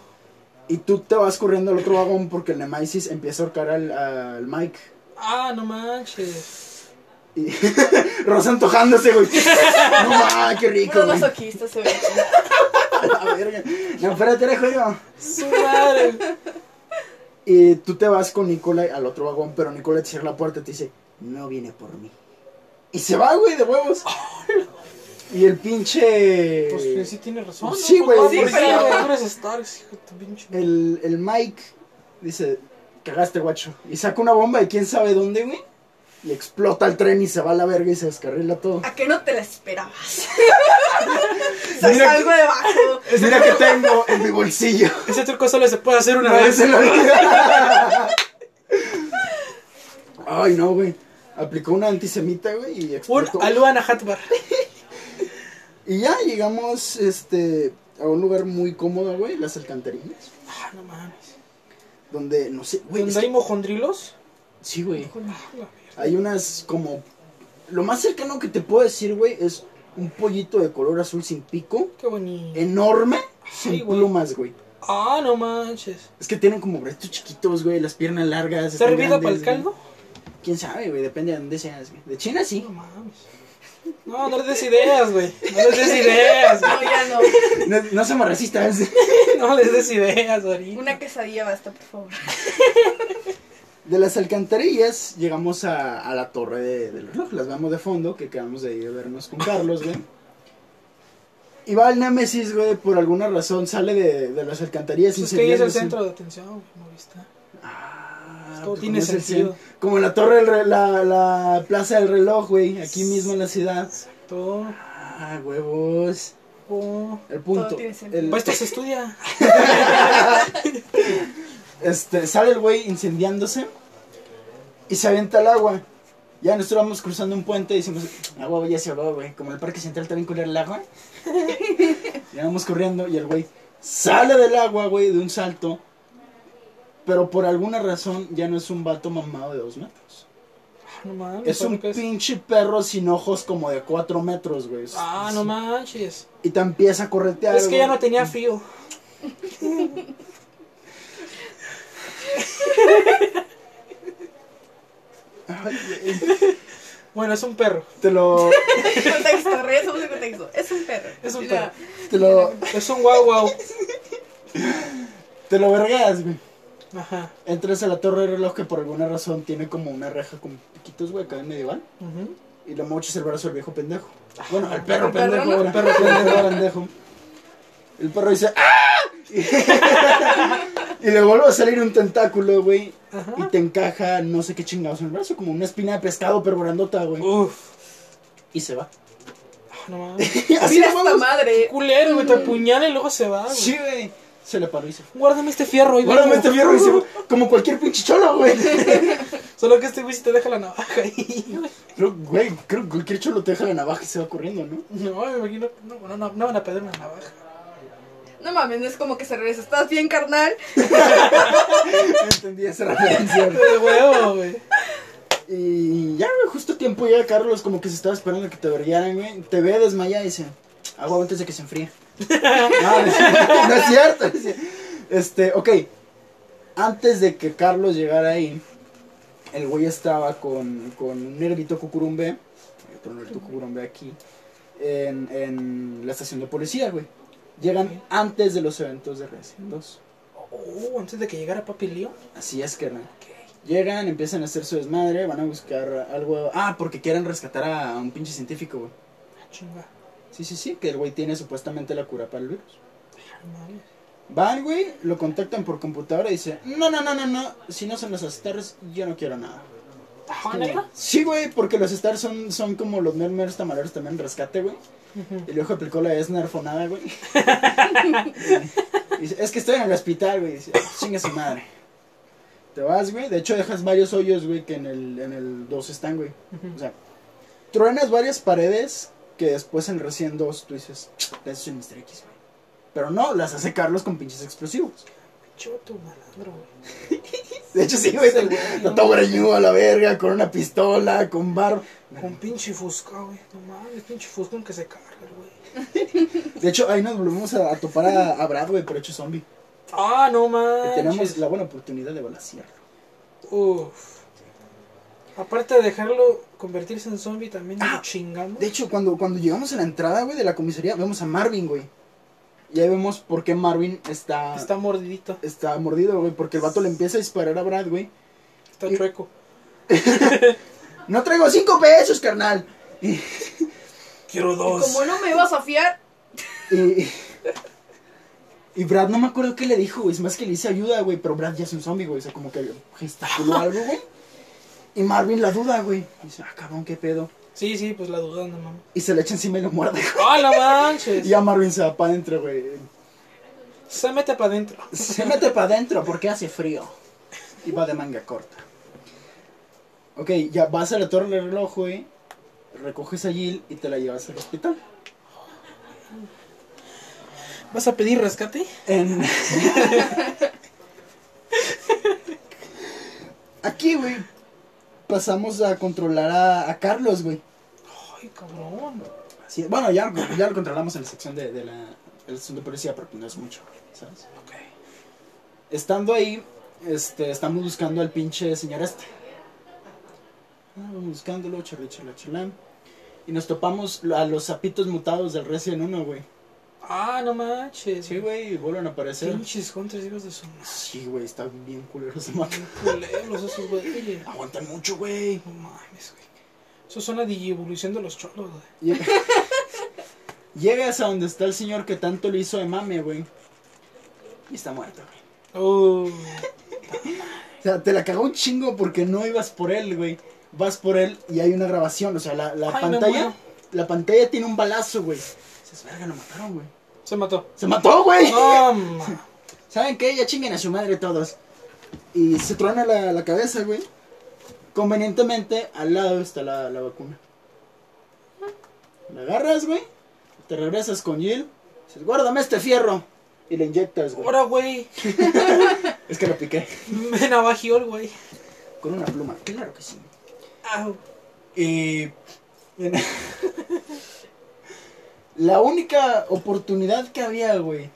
Speaker 1: Y tú te vas corriendo al otro vagón porque el Nemesis empieza a ahorcar al, al Mike.
Speaker 2: Ah, no manches.
Speaker 1: Y Rosa antojándose, güey. No mames, qué rico,
Speaker 3: Uno
Speaker 1: güey.
Speaker 3: masoquista se ve.
Speaker 1: A la verga. No, espérate, era juego.
Speaker 2: Su madre.
Speaker 1: Y tú te vas con Nicolai al otro vagón, pero Nicolai te cierra la puerta y te dice, no viene por mí. Y se va, güey, de huevos. y el pinche...
Speaker 2: Pues que sí tiene razón. ¿no?
Speaker 1: Sí, güey,
Speaker 2: Pues,
Speaker 1: sí,
Speaker 2: ¿por qué,
Speaker 3: pero-
Speaker 2: güey? Tú eres Starks, hijo de tu pinche.
Speaker 1: el, el Mike dice, cagaste, guacho. Y saca una bomba y quién sabe dónde, güey. Y explota el tren y se va a la verga y se descarrila todo.
Speaker 3: ¿A qué no te la esperabas? Soy
Speaker 1: Mira
Speaker 3: algo debajo.
Speaker 1: Mira que tengo en mi bolsillo.
Speaker 2: Ese truco solo se puede hacer una
Speaker 1: Una
Speaker 2: vez.
Speaker 1: vez en la vida. Ay, no, güey. Aplicó una antisemita, güey, y
Speaker 2: Un
Speaker 1: explotó.
Speaker 2: Aluana Hatbar.
Speaker 1: Y ya llegamos este, a un lugar muy cómodo, güey, las alcantarillas.
Speaker 2: Ah, no mames.
Speaker 1: Donde, no sé, güey. es
Speaker 2: ¿Dónde hay mojondrilos?
Speaker 1: que- Sí, güey.
Speaker 2: Ah, la verga.
Speaker 1: Hay unas como. Lo más cercano que te puedo decir, güey, es un pollito de color azul sin pico,
Speaker 2: Qué bonito.
Speaker 1: enorme,
Speaker 2: Ay,
Speaker 1: sin
Speaker 2: güey.
Speaker 1: plumas, güey.
Speaker 2: Ah, no manches.
Speaker 1: Es que tienen como brazos chiquitos, güey, las piernas largas.
Speaker 2: ¿Está
Speaker 1: están
Speaker 2: hervido para el
Speaker 1: grandes, güey.
Speaker 2: caldo?
Speaker 1: Quién sabe, güey, depende de dónde seas, güey. De China sí.
Speaker 2: No mames. No, no les des ideas, güey. No les des ideas,
Speaker 3: No,
Speaker 2: güey.
Speaker 3: ya no.
Speaker 1: No, no somos racistas.
Speaker 2: No les des ideas, ahorita.
Speaker 3: Una quesadilla basta, por favor.
Speaker 1: De las alcantarillas llegamos a, a la torre de- del reloj. Las vemos de fondo, que quedamos de ahí de vernos con Carlos, güey. Y va el Nemesis, güey, por alguna razón sale de, de las alcantarillas.
Speaker 2: Pues es
Speaker 1: sin
Speaker 2: que ahí es el
Speaker 1: servirnos,
Speaker 2: centro de atención, güey. ¿No viste?
Speaker 1: güey. Ah,
Speaker 2: Todo
Speaker 1: pues,
Speaker 2: tiene
Speaker 1: ¿cómo es el
Speaker 2: sentido.
Speaker 1: cen- Como la torre, del re- la, la plaza del reloj, güey. Aquí mismo en la ciudad.
Speaker 2: Todo.
Speaker 1: Ah, huevos.
Speaker 2: oh.
Speaker 1: El punto.
Speaker 3: Todo tiene sentido.
Speaker 1: el-
Speaker 2: Pues esto se estudia.
Speaker 1: Este, sale el güey incendiándose y se avienta al agua. Ya nosotros vamos cruzando un puente y decimos, ah, huevo, ya se ahogó, güey. Como el parque central también culera el agua. y vamos corriendo y el güey sale del agua, güey, de un salto. Pero por alguna razón ya no es un vato mamado de dos metros.
Speaker 2: Ah, No mames.
Speaker 1: Es un
Speaker 2: ¿para qué
Speaker 1: pinche perro sin ojos como de cuatro metros, güey.
Speaker 2: Ah, no manches.
Speaker 1: Y te empieza a corretear.
Speaker 2: Es que ya
Speaker 1: güey.
Speaker 2: no tenía frío.
Speaker 1: Ay, güey,
Speaker 2: Bueno, es un perro.
Speaker 1: te lo...
Speaker 3: Contexto, regresamos al contexto. Es un perro.
Speaker 2: Es un
Speaker 3: Mira,
Speaker 2: perro.
Speaker 1: Te lo...
Speaker 2: Es un guau guau.
Speaker 1: Te lo vergas, güey.
Speaker 2: Ajá.
Speaker 1: Entras a la torre del reloj que por alguna razón tiene como una reja con piquitos, güey, acá en medieval.
Speaker 2: Ujú.
Speaker 1: Y le mochas el brazo al viejo pendejo. Bueno, al perro
Speaker 3: ¿Al perro,
Speaker 1: pendejo,
Speaker 3: no?
Speaker 1: ahora, perro pendejo, pendejo. El perro dice ¡Ah! y le vuelve a salir un tentáculo, güey.
Speaker 2: Ajá.
Speaker 1: Y te encaja no sé qué chingados en el brazo, como una espina de pescado, pero grandota, güey.
Speaker 2: Uf.
Speaker 1: Y se va.
Speaker 2: Ah, No mames.
Speaker 1: Así
Speaker 3: Mira
Speaker 1: de
Speaker 3: esta
Speaker 1: huevos.
Speaker 3: madre.
Speaker 2: Culero, güey. Te apuñala y luego se va, güey.
Speaker 1: Sí, güey. Se le paró y se fue.
Speaker 2: Guárdame este fierro, y
Speaker 1: Guárdame
Speaker 2: vengo.
Speaker 1: este fierro y se fue. Como cualquier pinche cholo, güey.
Speaker 2: Solo que este güey si te deja la navaja ahí, güey.
Speaker 1: Pero, güey, creo que cualquier cholo te deja la navaja y se va corriendo, ¿no?
Speaker 2: No, me imagino. No, no, no, no van a perder una navaja.
Speaker 3: No mames, no es como que se regresa. ¿Estás bien, carnal?
Speaker 1: No entendí esa referencia.
Speaker 2: De huevo, güey.
Speaker 1: Y ya, güey, justo a tiempo llega Carlos, como que se estaba esperando que te brillaran, güey. Te ve desmayada y dice, agua antes de que se enfríe. no, no es cierto, no es cierto. dice. Este, ok. Antes de que Carlos llegara ahí, el güey estaba con, con un negrito cucurumbe, eh, hay otro negrito cucurumbe aquí, en, en la estación de policía, güey. Llegan antes de los eventos de Resident 2.
Speaker 2: Oh, antes de que llegara Papi Lío.
Speaker 1: Así es, carnal. Llegan, empiezan a hacer su desmadre, van a buscar algo. Ah, porque quieren rescatar a, a un pinche científico, güey.
Speaker 2: Ah, Chinga.
Speaker 1: Sí, sí, sí, que el güey tiene supuestamente la cura para el virus.
Speaker 2: Ah, no mames.
Speaker 1: Van, güey, lo contactan por computadora y dice: No, no, no, no, no, si no son los stars, yo no quiero nada.
Speaker 2: Ah, ¿neta?
Speaker 1: Sí, güey, porque los stars son, son como los mermeros tamaleros también rescate, güey.
Speaker 2: Ujú.
Speaker 1: El viejo aplicó la esnarfonada, güey. Y dice, es que estoy en el hospital, güey. Dice, "Ah, chinga su madre. Te vas, güey. De hecho, dejas varios hoyos, güey, que en el, en el 2 están, güey. O
Speaker 2: Ujú.
Speaker 1: sea, truenas varias paredes que después en recién 2 tú dices, eso es un Mr. X, güey. Pero no, las hace Carlos con pinches explosivos.
Speaker 2: Choto, malandro, güey.
Speaker 1: De hecho, sí, güey. Está todo greñudo a la verga, con una pistola, con barba.
Speaker 2: Con pinche fusca, güey. No mames, pinche fusca que se carga, güey.
Speaker 1: De hecho, ahí nos volvemos a, a topar a, a Brad, güey, pero hecho zombie.
Speaker 2: Ah, no
Speaker 1: Y
Speaker 2: manches.
Speaker 1: tenemos la buena oportunidad de balasearlo.
Speaker 2: Uf. Aparte de dejarlo convertirse en zombie, también
Speaker 1: Ah,
Speaker 2: lo chingamos.
Speaker 1: De hecho, cuando, cuando llegamos a la entrada, güey, de la comisaría, vemos a Marvin, güey. Y ahí vemos por qué Marvin está, está...
Speaker 2: Está mordidito,
Speaker 1: mordido, güey, porque el vato le empieza a disparar a Brad, güey.
Speaker 2: está chueco.
Speaker 1: No traigo cinco pesos, carnal.
Speaker 2: Quiero
Speaker 1: Pues,
Speaker 3: Y como no me ibas a fiar,
Speaker 1: Y, y Brad, no me acuerdo qué le dijo, güey. Es más que le dice ayuda, güey, pero Brad ya es un zombie, güey. O sea, como que gesticuló algo, güey. Y Marvin la duda, güey. Dice, ah, cabrón, qué pedo.
Speaker 2: Sí, sí, pues la duda no mames.
Speaker 1: Y se le echa encima y lo muerde.
Speaker 2: ¡Ah, la manches!
Speaker 1: Y ya Marvin se va para adentro, güey.
Speaker 2: Se mete para adentro.
Speaker 1: Se mete para adentro porque hace frío. Y va de manga corta. Ok, ya vas a la torre del reloj, güey. Recoges a Jill y te la llevas al hospital.
Speaker 2: ¿Vas a pedir rescate?
Speaker 1: En- Aquí, güey, pasamos a controlar a, a Carlos, güey.
Speaker 2: Ay, cabrón.
Speaker 1: Así- bueno, ya, lo- ya lo controlamos en la sección de, de la, de la sección de policía, pero no es mucho, ¿sabes?
Speaker 2: Ok.
Speaker 1: Estando ahí, este, estamos buscando al pinche señor este. Estamos buscándolo, charla, charla, charla. Y nos topamos a los sapitos mutados del Resident 1, güey.
Speaker 2: Ah, no manches.
Speaker 1: Sí, güey, vuelven a aparecer.
Speaker 2: Pinches contras hijos de su madre.
Speaker 1: Sí, güey, está bien culero ese mapa.
Speaker 2: Culeros esos güeyes.
Speaker 1: Aguantan mucho, güey.
Speaker 2: No mames, güey. Eso es una digievolución de los cholos, güey.
Speaker 1: Llega- Llegas a donde está el señor que tanto le hizo de mame, güey. Y está muerto, güey.
Speaker 2: Oh.
Speaker 1: O sea, te la cagó un chingo porque no ibas por él, güey. Vas por él y hay una grabación. O sea, la, la
Speaker 2: Ay, me
Speaker 1: pantalla.
Speaker 2: muero.
Speaker 1: La pantalla tiene un balazo, güey. Se verga, lo mataron, güey.
Speaker 2: Se mató.
Speaker 1: ¡Se mató, güey!
Speaker 2: No, ma.
Speaker 1: ¿Saben qué? Ya chinguen a su madre todos. Y se truena la, la cabeza, güey. Convenientemente, al lado está la, la vacuna. La agarras, güey. Te regresas con Jill. Dices, guárdame este fierro. Y le inyectas, güey.
Speaker 2: Ahora, güey.
Speaker 1: Es que lo piqué.
Speaker 2: Me navajeó el güey.
Speaker 1: Con una pluma. Claro que sí.
Speaker 2: Au.
Speaker 1: Y... la única oportunidad que había, güey,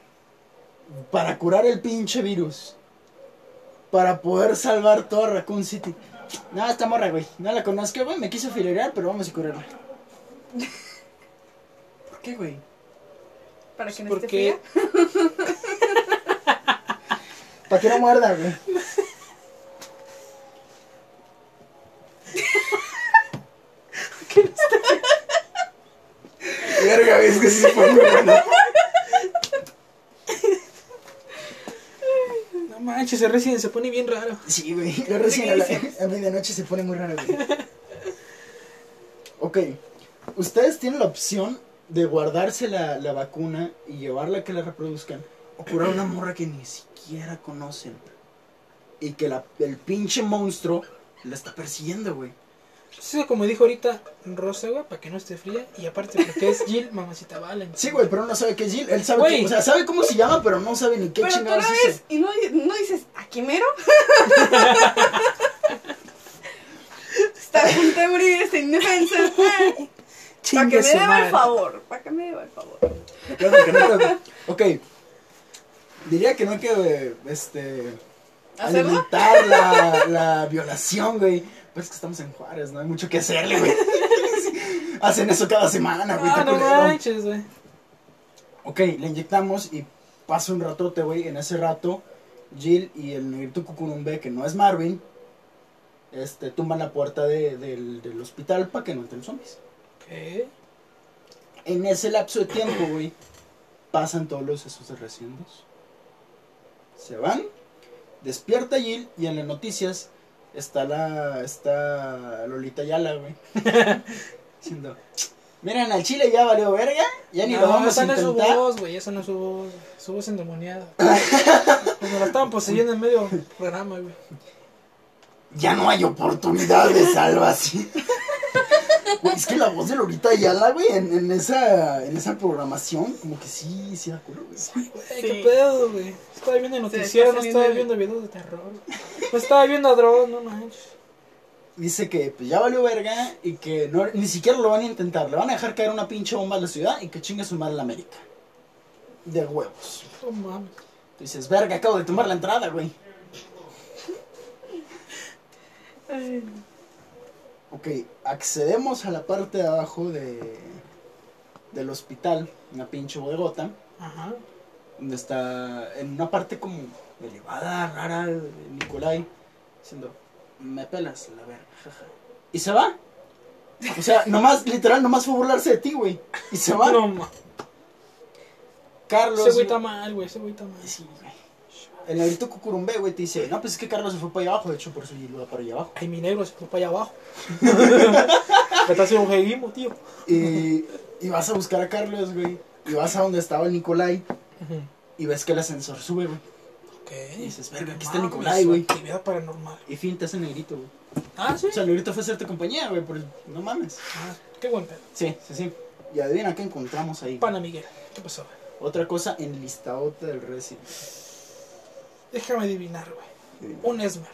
Speaker 1: para curar el pinche virus, para poder salvar toda Raccoon City. No, esta morra, güey, no la conozco, güey, me quiso filerear, pero vamos a curarla. ¿Por qué, güey?
Speaker 3: para que no esté
Speaker 2: Porque
Speaker 3: fría.
Speaker 1: Para que no muerda, güey. Verga, güey, es que sí fue muy bueno.
Speaker 2: no manches, el Resident se pone bien raro.
Speaker 1: Sí, güey. Yo recién a, la, a medianoche se pone muy raro, güey. Ok. Ustedes tienen la opción de guardarse la, la vacuna y llevarla a que la reproduzcan. O curar a una morra que ni siquiera conocen. Y que la- el pinche monstruo la está persiguiendo, güey.
Speaker 2: Sí, como dijo ahorita Rosa, güey, para que no esté fría. Y aparte, porque es Jill, mamacita Valen.
Speaker 1: Sí, güey, pero no sabe qué es Jill. Él sabe,
Speaker 2: Güey.
Speaker 1: que- o sea, sabe cómo se llama, pero no sabe ni qué
Speaker 3: Pero tú la
Speaker 1: chingados es.
Speaker 3: ves y no, no dices, ¿aquí mero? Está a punto de morir, está indefensa. Para que me
Speaker 2: Chingue su
Speaker 3: deba el
Speaker 2: madre.
Speaker 3: favor. Para que me deba el favor.
Speaker 1: Claro que no te- Ok. Diría que no hay que, este...
Speaker 3: ¿Hacerlo?
Speaker 1: Alimentar la, la violación, güey. Pero es que estamos en Juárez, no hay mucho que hacerle, güey. Hacen eso cada semana, güey.
Speaker 2: Ah,
Speaker 1: está
Speaker 2: no
Speaker 1: culero.
Speaker 2: manches, güey.
Speaker 1: ok, le inyectamos y pasa un ratote, güey. En ese rato, Jill y el negrito cucurumbe, que no es Marvin, este, tumban la puerta de- del, del hospital para que no entren zombies.
Speaker 2: Ok.
Speaker 1: En ese lapso de tiempo, güey, pasan todos los esos de recientes. Se van, despierta Jill y en las noticias está la está Lolita Yala, güey. Diciendo, miren, al Chile ya valió verga, ya ni lo vamos a
Speaker 2: esa no es su
Speaker 1: intentar.
Speaker 2: voz, güey, esa no es su voz. Su voz endemoniada. Como la estaban poseyendo en medio programa, güey.
Speaker 1: Ya no hay oportunidad de salvación. Güey, es que la voz de Lolita Yala, güey, en, en esa en esa programación como que sí, sí da culo, güey.
Speaker 2: Güey,
Speaker 3: Sí.
Speaker 2: qué pedo, güey. Estaba viendo el
Speaker 3: Se
Speaker 2: noticiero,
Speaker 3: está
Speaker 2: no
Speaker 3: saliendo
Speaker 2: estaba
Speaker 3: el-
Speaker 2: viendo videos de terror. No estaba viendo a Drogon, no manches.
Speaker 1: dice que pues, ya valió verga y que no, ni siquiera lo van a intentar. Le van a dejar caer una pinche bomba a la ciudad y que chingue su madre la América. de huevos.
Speaker 2: No mames.
Speaker 1: Tú dices, verga, acabo de tomar la entrada, güey.
Speaker 3: Ay,
Speaker 1: Ok, accedemos a la parte de abajo de, del hospital, una pinche bodegota,
Speaker 2: Ajá.
Speaker 1: donde está en una parte como elevada, rara, de Nicolai, diciendo, me pelas, la verga, jaja. Y se va. O sea, nomás, literal, nomás fue burlarse de ti, güey. Y se va.
Speaker 2: No mames.
Speaker 1: Carlos.
Speaker 2: Ese güey está mal, güey. Ese güey está mal.
Speaker 1: Sí, güey. El negrito cucurumbé, güey, te dice, no, pues es que Carlos se fue para allá abajo, de hecho, por eso yo iba para allá abajo.
Speaker 2: Ay, mi negro se fue para allá abajo. Me está haciendo un jeguismo, tío.
Speaker 1: Y, y vas a buscar a Carlos, güey. Y vas a donde estaba el Nicolai
Speaker 2: Ujú.
Speaker 1: y ves que el ascensor sube, güey.
Speaker 2: Ok.
Speaker 1: Y dices, verga, aquí está
Speaker 2: Mames,
Speaker 1: Nicolai, güey.
Speaker 2: Actividad paranormal.
Speaker 1: Y fin, te hace el negrito, güey.
Speaker 2: Ah, sí.
Speaker 1: O sea, el negrito fue a hacerte compañía, güey, por el- No mames.
Speaker 2: Ah, qué buen pedo.
Speaker 1: Sí, sí, sí. Y adivina qué encontramos ahí. güey.
Speaker 2: Pana Miguel. ¿Qué pasó?
Speaker 1: Otra cosa en listaota del Resident.
Speaker 2: Déjame adivinar, güey. Un Esmer.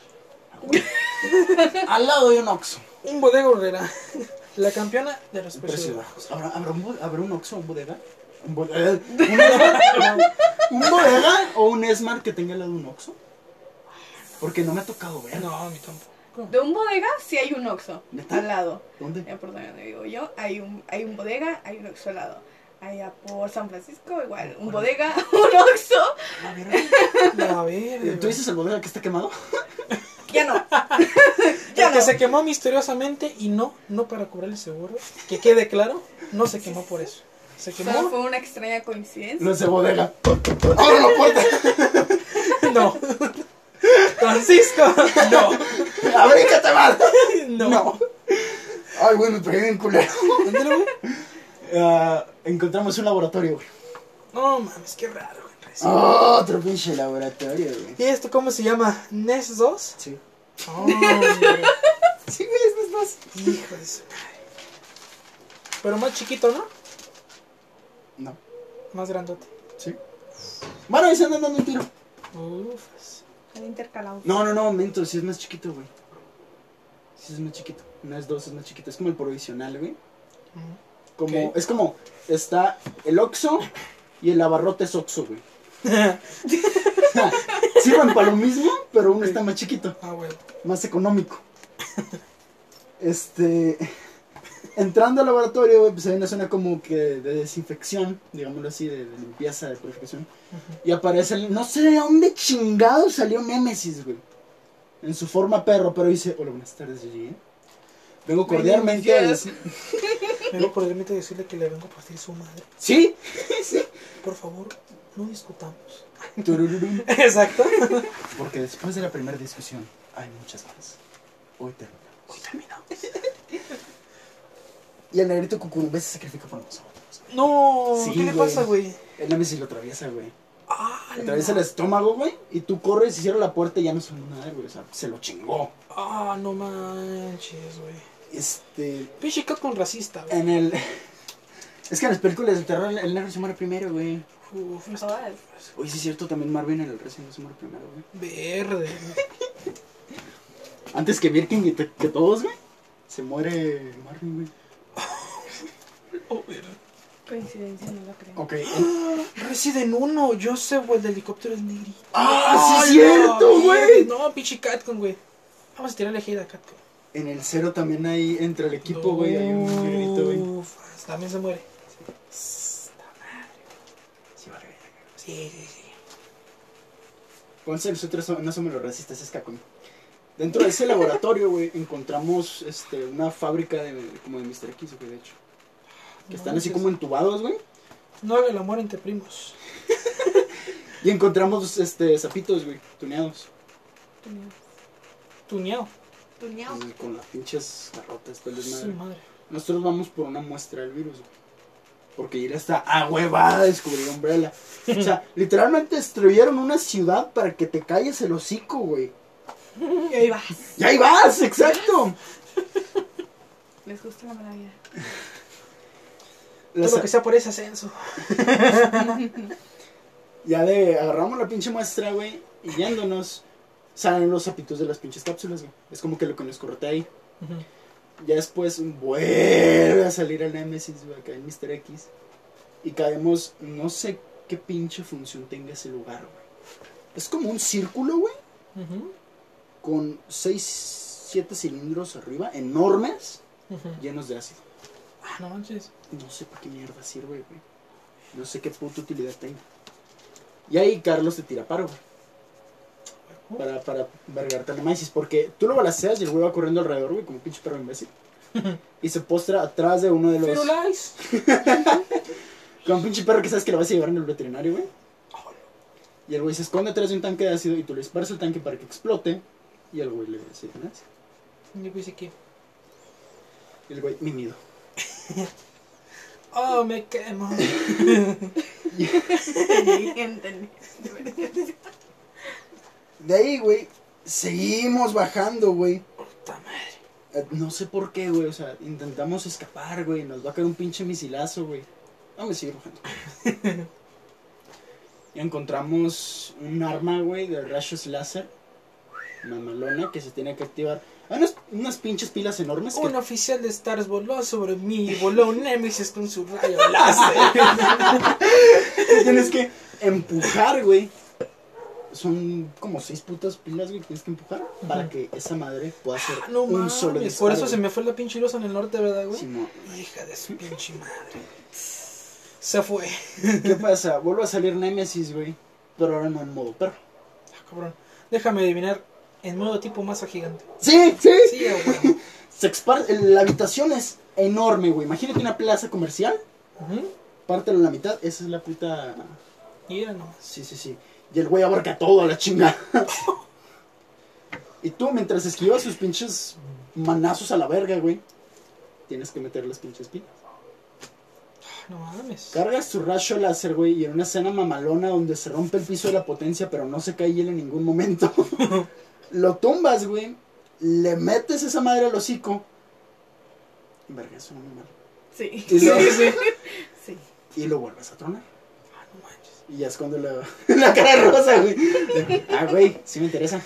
Speaker 1: Al lado de un Oxxo.
Speaker 2: Un bodega horrera. La campeona de los
Speaker 1: El
Speaker 2: precios
Speaker 1: precio
Speaker 2: bajos.
Speaker 1: Pues, ¿Habrá, habrá un, bo- habrá un Oxxo, un bodega? ¿Un, bo- eh, un Esmar? ¿Un bodega o un Esmar que tenga al lado un Oxxo? Porque no me ha tocado ver.
Speaker 2: No, a mí tampoco.
Speaker 3: De un bodega sí hay un oxo
Speaker 1: ¿Neta?
Speaker 3: al lado.
Speaker 1: ¿Dónde?
Speaker 3: Allá por donde vivo yo hay un, hay un bodega, hay un oxo al lado. Allá por San Francisco igual, un bodega, un oxo.
Speaker 1: A ver.
Speaker 2: La verga.
Speaker 1: ¿Tú dices el bodega que está quemado?
Speaker 3: Ya no. ya
Speaker 2: El que
Speaker 3: no.
Speaker 2: se quemó misteriosamente y no, no para cobrar el seguro. Que quede claro, no se quemó por eso. Se
Speaker 3: Solo
Speaker 2: quemó.
Speaker 3: fue una extraña coincidencia.
Speaker 1: Los de bodega. ¡Abre la puerta!
Speaker 2: No. Francisco. No.
Speaker 1: ¡Abrícate, mal!
Speaker 2: No.
Speaker 1: Ay, bueno, pegué bien culero.
Speaker 2: ¿Dónde lo güey?
Speaker 1: Ah, encontramos un laboratorio, güey.
Speaker 2: No mames, qué raro, güey. pues. Recio.
Speaker 1: otro pinche laboratorio, güey.
Speaker 2: Ah. ¿Y esto cómo se llama? ¿NES 2?
Speaker 1: Sí.
Speaker 2: Oh, hombre.
Speaker 1: Sí, güey, es más fácil.
Speaker 2: hijo de su madre. Pero más chiquito, ¿no?
Speaker 1: No.
Speaker 2: Más grandote.
Speaker 1: Sí. Bueno, ahí se andan dando un tiro.
Speaker 2: Ufas.
Speaker 3: Han intercalado.
Speaker 1: No, no, no, mento, si es más chiquito, güey. Si es más chiquito. No es dos, es más chiquito. Es como el provisional, güey.
Speaker 2: Mm.
Speaker 1: Como,
Speaker 2: Ok.
Speaker 1: Es como, está el Oxxo y el abarrote es Oxxo, güey. Sirven para lo mismo, pero uno está más chiquito,
Speaker 2: ah, güey.
Speaker 1: más económico. Este. Entrando al laboratorio, güey, pues hay una zona como que de desinfección, digámoslo así, de, de limpieza, de purificación. Y aparece, el- no sé de dónde chingado salió Némesis, güey. En su forma perro, pero dice: Hola, buenas tardes, yo llegué. Vengo cordialmente. a
Speaker 3: Buenos días.
Speaker 1: decir-
Speaker 2: Vengo por delante de decirle que le vengo a partir su madre.
Speaker 1: Sí, sí.
Speaker 2: Por favor, no discutamos.
Speaker 1: Turururum.
Speaker 2: Exacto.
Speaker 1: Porque después de la primera discusión hay muchas más. Hoy termina. Hoy terminamos. y el negrito cucurumbé se sacrifica por nosotros.
Speaker 2: No,
Speaker 1: Sí,
Speaker 2: ¿qué le
Speaker 1: güey.
Speaker 2: pasa, güey?
Speaker 1: El Nemesis lo atraviesa, güey.
Speaker 2: Ah,
Speaker 1: Atraviesa el estómago, güey. Y tú corres y cierras la puerta y ya no son nada, güey. O sea, se lo chingó.
Speaker 2: Ah, no manches, güey.
Speaker 1: Este.
Speaker 2: Pinche cat con racista, güey.
Speaker 1: En el. Es que en las películas de terror el negro se muere primero, güey.
Speaker 2: Uf, esto-
Speaker 3: Todas.
Speaker 1: Oye, sí es cierto, también Marvin en el recién se muere primero, güey.
Speaker 2: Verde.
Speaker 1: Antes que Birkin y te- que todos, güey. Se muere Marvin, güey.
Speaker 2: Oh, verde.
Speaker 3: Coincidencia, no lo creo.
Speaker 1: Ok.
Speaker 2: Ah, Resident 1, yo sé, güey, el helicóptero es negrito.
Speaker 1: ¡Ah,
Speaker 2: Ay,
Speaker 1: sí es cierto,
Speaker 2: no,
Speaker 1: güey!
Speaker 2: No, pinche Catcon, güey. Vamos a tirarle hate a Catcon.
Speaker 1: En el cero también hay, entre el equipo, güey, hay un negrito, güey.
Speaker 2: Uf, también se muere. Sí, sí, sí.
Speaker 1: Ponce, nosotros so- no somos los racistas, es Capcom. Dentro de ese laboratorio, güey, encontramos este, una fábrica de, como de Mr. X, güey, de hecho. Que están así
Speaker 2: Manches.
Speaker 1: como entubados, güey.
Speaker 2: No haga el amor entre primos.
Speaker 1: Y encontramos este, zapitos, güey, tuneados.
Speaker 2: Tuñado.
Speaker 3: Tuñao.
Speaker 1: Con, con las pinches garrotas, todo el
Speaker 2: Su
Speaker 1: desmadre.
Speaker 2: madre.
Speaker 1: Nosotros vamos por una muestra del virus, güey. Porque ir hasta a huevada a descubrir Umbrella. O sea, literalmente destruyeron una ciudad para que te calles el hocico, güey.
Speaker 3: Y ahí vas.
Speaker 1: ¡Y ahí vas! ¡Exacto!
Speaker 3: Les gusta la mala vida.
Speaker 1: La
Speaker 2: Todo
Speaker 1: sa-
Speaker 2: lo que sea por ese ascenso.
Speaker 1: Ya de agarramos la pinche muestra, güey, y yéndonos salen los zapitos de las pinches cápsulas, güey. Es como que lo que nos corté ahí. Ya después vuelve a salir el Nemesis, güey, acá en Mr. X. Y caemos, no sé qué pinche función tenga ese lugar, güey. Es como un círculo, güey,
Speaker 2: Ujú,
Speaker 1: con 6, 7 cilindros arriba, enormes,
Speaker 2: ujú.
Speaker 1: llenos de ácido.
Speaker 2: Ah, no manches.
Speaker 1: No sé para qué mierda sirve, güey. No sé qué puta utilidad tenga. Y ahí Carlos te tira paro, güey. Para, para vergarte la maíz. Porque tú lo balaceas y el güey va corriendo alrededor, güey, como pinche perro imbécil. Y se postra atrás de uno de los.
Speaker 2: Firulais.
Speaker 1: Con pinche perro que sabes que lo vas a llevar en el veterinario, güey. Y el güey se esconde atrás de un tanque de ácido y tú le disparas el tanque para que explote. Y el güey le dice, "Ah,
Speaker 2: Yo pensé que.
Speaker 1: Y el güey, mi miedo.
Speaker 2: Oh, me quemo.
Speaker 3: Entendí, entendí.
Speaker 1: De ahí, güey, seguimos bajando, güey.
Speaker 2: Puta madre.
Speaker 1: Eh, No sé por qué, güey. O sea, intentamos escapar, güey. Nos va a caer un pinche misilazo, güey. No me sigue bajando. y encontramos un arma, güey, de rayos láser. Mamalona que se tiene que activar. Hay unas, unas pinches pilas enormes que
Speaker 2: Un oficial de Stars voló sobre mí y voló un Nemesis con su rayo láser.
Speaker 1: Te tienes que empujar, güey. Son como seis putas pilas, güey, que tienes que empujar para que esa madre pueda hacer
Speaker 2: Ah, no
Speaker 1: un
Speaker 2: mames.
Speaker 1: solo disparo.
Speaker 2: Por eso se me fue la pinche luz en el norte, ¿verdad, güey?
Speaker 1: Simón.
Speaker 2: Hija de su pinche madre. Se fue.
Speaker 1: ¿Qué pasa? Vuelve a salir Nemesis, güey. Pero ahora no en modo perro.
Speaker 2: Ah, cabrón. Déjame adivinar. En modo tipo masa gigante.
Speaker 1: ¡Sí! ¡Sí!
Speaker 2: Sí, a huevo.
Speaker 1: Se expar- La habitación es enorme, güey. Imagínate una plaza comercial.
Speaker 2: Ujú.
Speaker 1: Pártelo en la mitad. Esa es la puta.
Speaker 2: Mira nomás.
Speaker 1: Sí, sí, sí. Y el güey abarca todo a la chinga. y tú, mientras esquivas sus pinches manazos a la verga, güey, tienes que meter las pinches pilas.
Speaker 2: No mames.
Speaker 1: Cargas tu rayo láser, güey, y en una escena mamalona donde se rompe el piso de la potencia, pero no se cae hielo en ningún momento. Lo tumbas, güey, le metes esa madre al hocico. Verga, eso no me mal.
Speaker 3: Sí.
Speaker 1: Y lo,
Speaker 3: Sí.
Speaker 1: y lo vuelves a tronar.
Speaker 2: Ah, no manches.
Speaker 1: Y ya esconde la, la cara rosa, güey. Ah, güey, sí me interesa.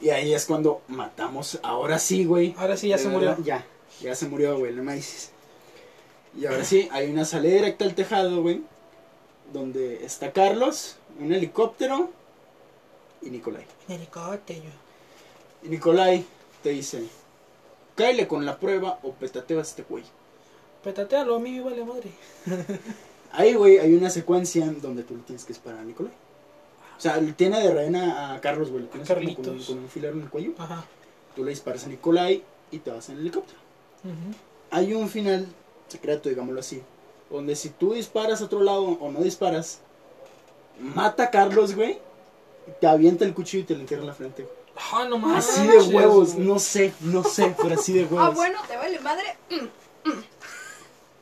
Speaker 1: Y ahí es cuando matamos, ahora sí, güey.
Speaker 2: Ahora sí ya
Speaker 1: De
Speaker 2: se
Speaker 1: verdad,
Speaker 2: murió.
Speaker 1: Ya, ya se murió, güey, no me dices. Y ahora sí, hay una salida directa al tejado, güey. Donde está Carlos, un helicóptero y Nicolai.
Speaker 2: En helicóptero.
Speaker 1: Y Nicolai te dice, cáele con la prueba o petateo a este güey.
Speaker 2: Petatealo, a mí me vale madre.
Speaker 1: Ahí, güey, hay una secuencia donde tú le tienes que disparar a Nicolai. O sea, le tiene de rehena a Carlos, güey. le tienes como con,
Speaker 2: Carlitos.
Speaker 1: con un filero en el cuello.
Speaker 2: Ajá.
Speaker 1: Tú le disparas a Nicolai y te vas en el helicóptero.
Speaker 2: Ujú.
Speaker 1: Hay un final secreto, digámoslo así. Donde si tú disparas a otro lado o no disparas, mata a Carlos, güey. Te avienta el cuchillo y te le entierra en la frente. güey.
Speaker 2: Ah, no mames.
Speaker 1: Así de huevos. No sé, no sé, pero así de huevos.
Speaker 3: Ah, bueno, te vale madre.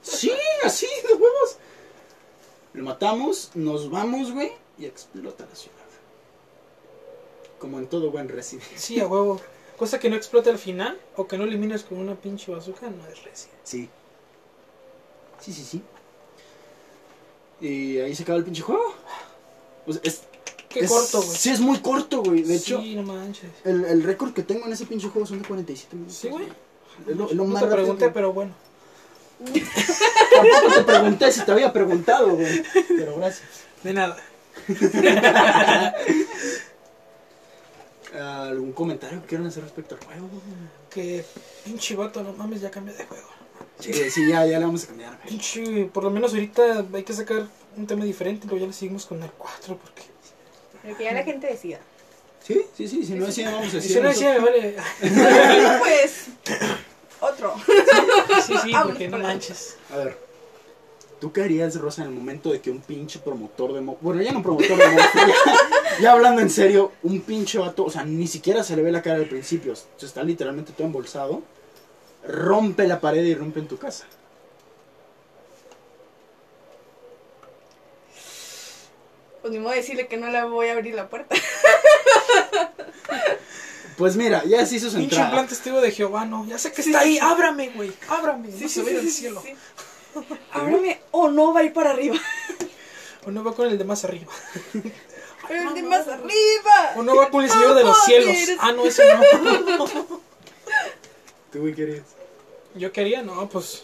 Speaker 1: Sí, así de huevos. Lo matamos, nos vamos, güey, y explota la ciudad. Como en todo buen Resident.
Speaker 2: Sí, a huevo. Cosa que no explota al final o que no elimines con una pinche bazooka no es recién.
Speaker 1: Sí. Sí, sí, sí. Y ahí se acaba el pinche juego. O sea, es,
Speaker 2: Qué
Speaker 1: es-
Speaker 2: corto, güey.
Speaker 1: Sí, es muy corto, güey. De hecho,
Speaker 2: Sí, no manches.
Speaker 1: el, el récord que tengo en ese pinche juego son de 47 minutos.
Speaker 2: Sí, güey.
Speaker 1: Es lo, es lo
Speaker 2: No
Speaker 1: más
Speaker 2: te
Speaker 1: rápido
Speaker 2: pregunté,
Speaker 1: que-
Speaker 2: pero bueno.
Speaker 1: Tampoco te pregunté si te había preguntado, güey. Pero gracias.
Speaker 2: De nada.
Speaker 1: ¿Algún comentario que quieran hacer respecto al juego?
Speaker 2: Que pinche vato, no mames, ya cambié de juego.
Speaker 1: Sí, sí, ya, ya le vamos a cambiar. güey.
Speaker 2: Pinche, por lo menos ahorita hay que sacar un tema diferente, pero ya le seguimos con el 4 porque...
Speaker 3: Pero que ya la gente decida.
Speaker 1: Sí, sí, sí, si no decía, vamos a
Speaker 2: Y
Speaker 1: decir.
Speaker 2: si no decía,
Speaker 1: nosotros.
Speaker 2: me vale...
Speaker 3: pues, otro.
Speaker 2: Sí, sí, porque no manches.
Speaker 1: A ver, ¿tú qué harías, Rosa, en el momento de que un pinche promotor de mo- Bueno, ya no promotor de monstruos, ya, ya hablando en serio, un pinche vato, o sea, ni siquiera se le ve la cara al principio, se está literalmente todo embolsado, rompe la pared y rompe en tu casa.
Speaker 3: Pues ni modo de decirle que no le voy a abrir la puerta.
Speaker 1: Pues mira, ya se hizo su
Speaker 2: Pinche plan
Speaker 1: entrada.
Speaker 2: testigo de Jehová, no. Ya sé que
Speaker 3: Sí,
Speaker 2: está
Speaker 3: sí,
Speaker 2: ahí.
Speaker 3: sí.
Speaker 2: Ábrame, güey. Ábrame. no se va a ir al
Speaker 3: sí,
Speaker 2: cielo.
Speaker 3: sí. Ábreme o no va a ir para arriba.
Speaker 2: O no va con el de más arriba.
Speaker 3: Pero el de más arriba.
Speaker 2: O no va con el señor de los
Speaker 3: Vamos,
Speaker 2: cielos.
Speaker 3: eres-
Speaker 2: Ah, no, ese no.
Speaker 1: ¿Tú qué harías?
Speaker 2: Yo quería, no, pues.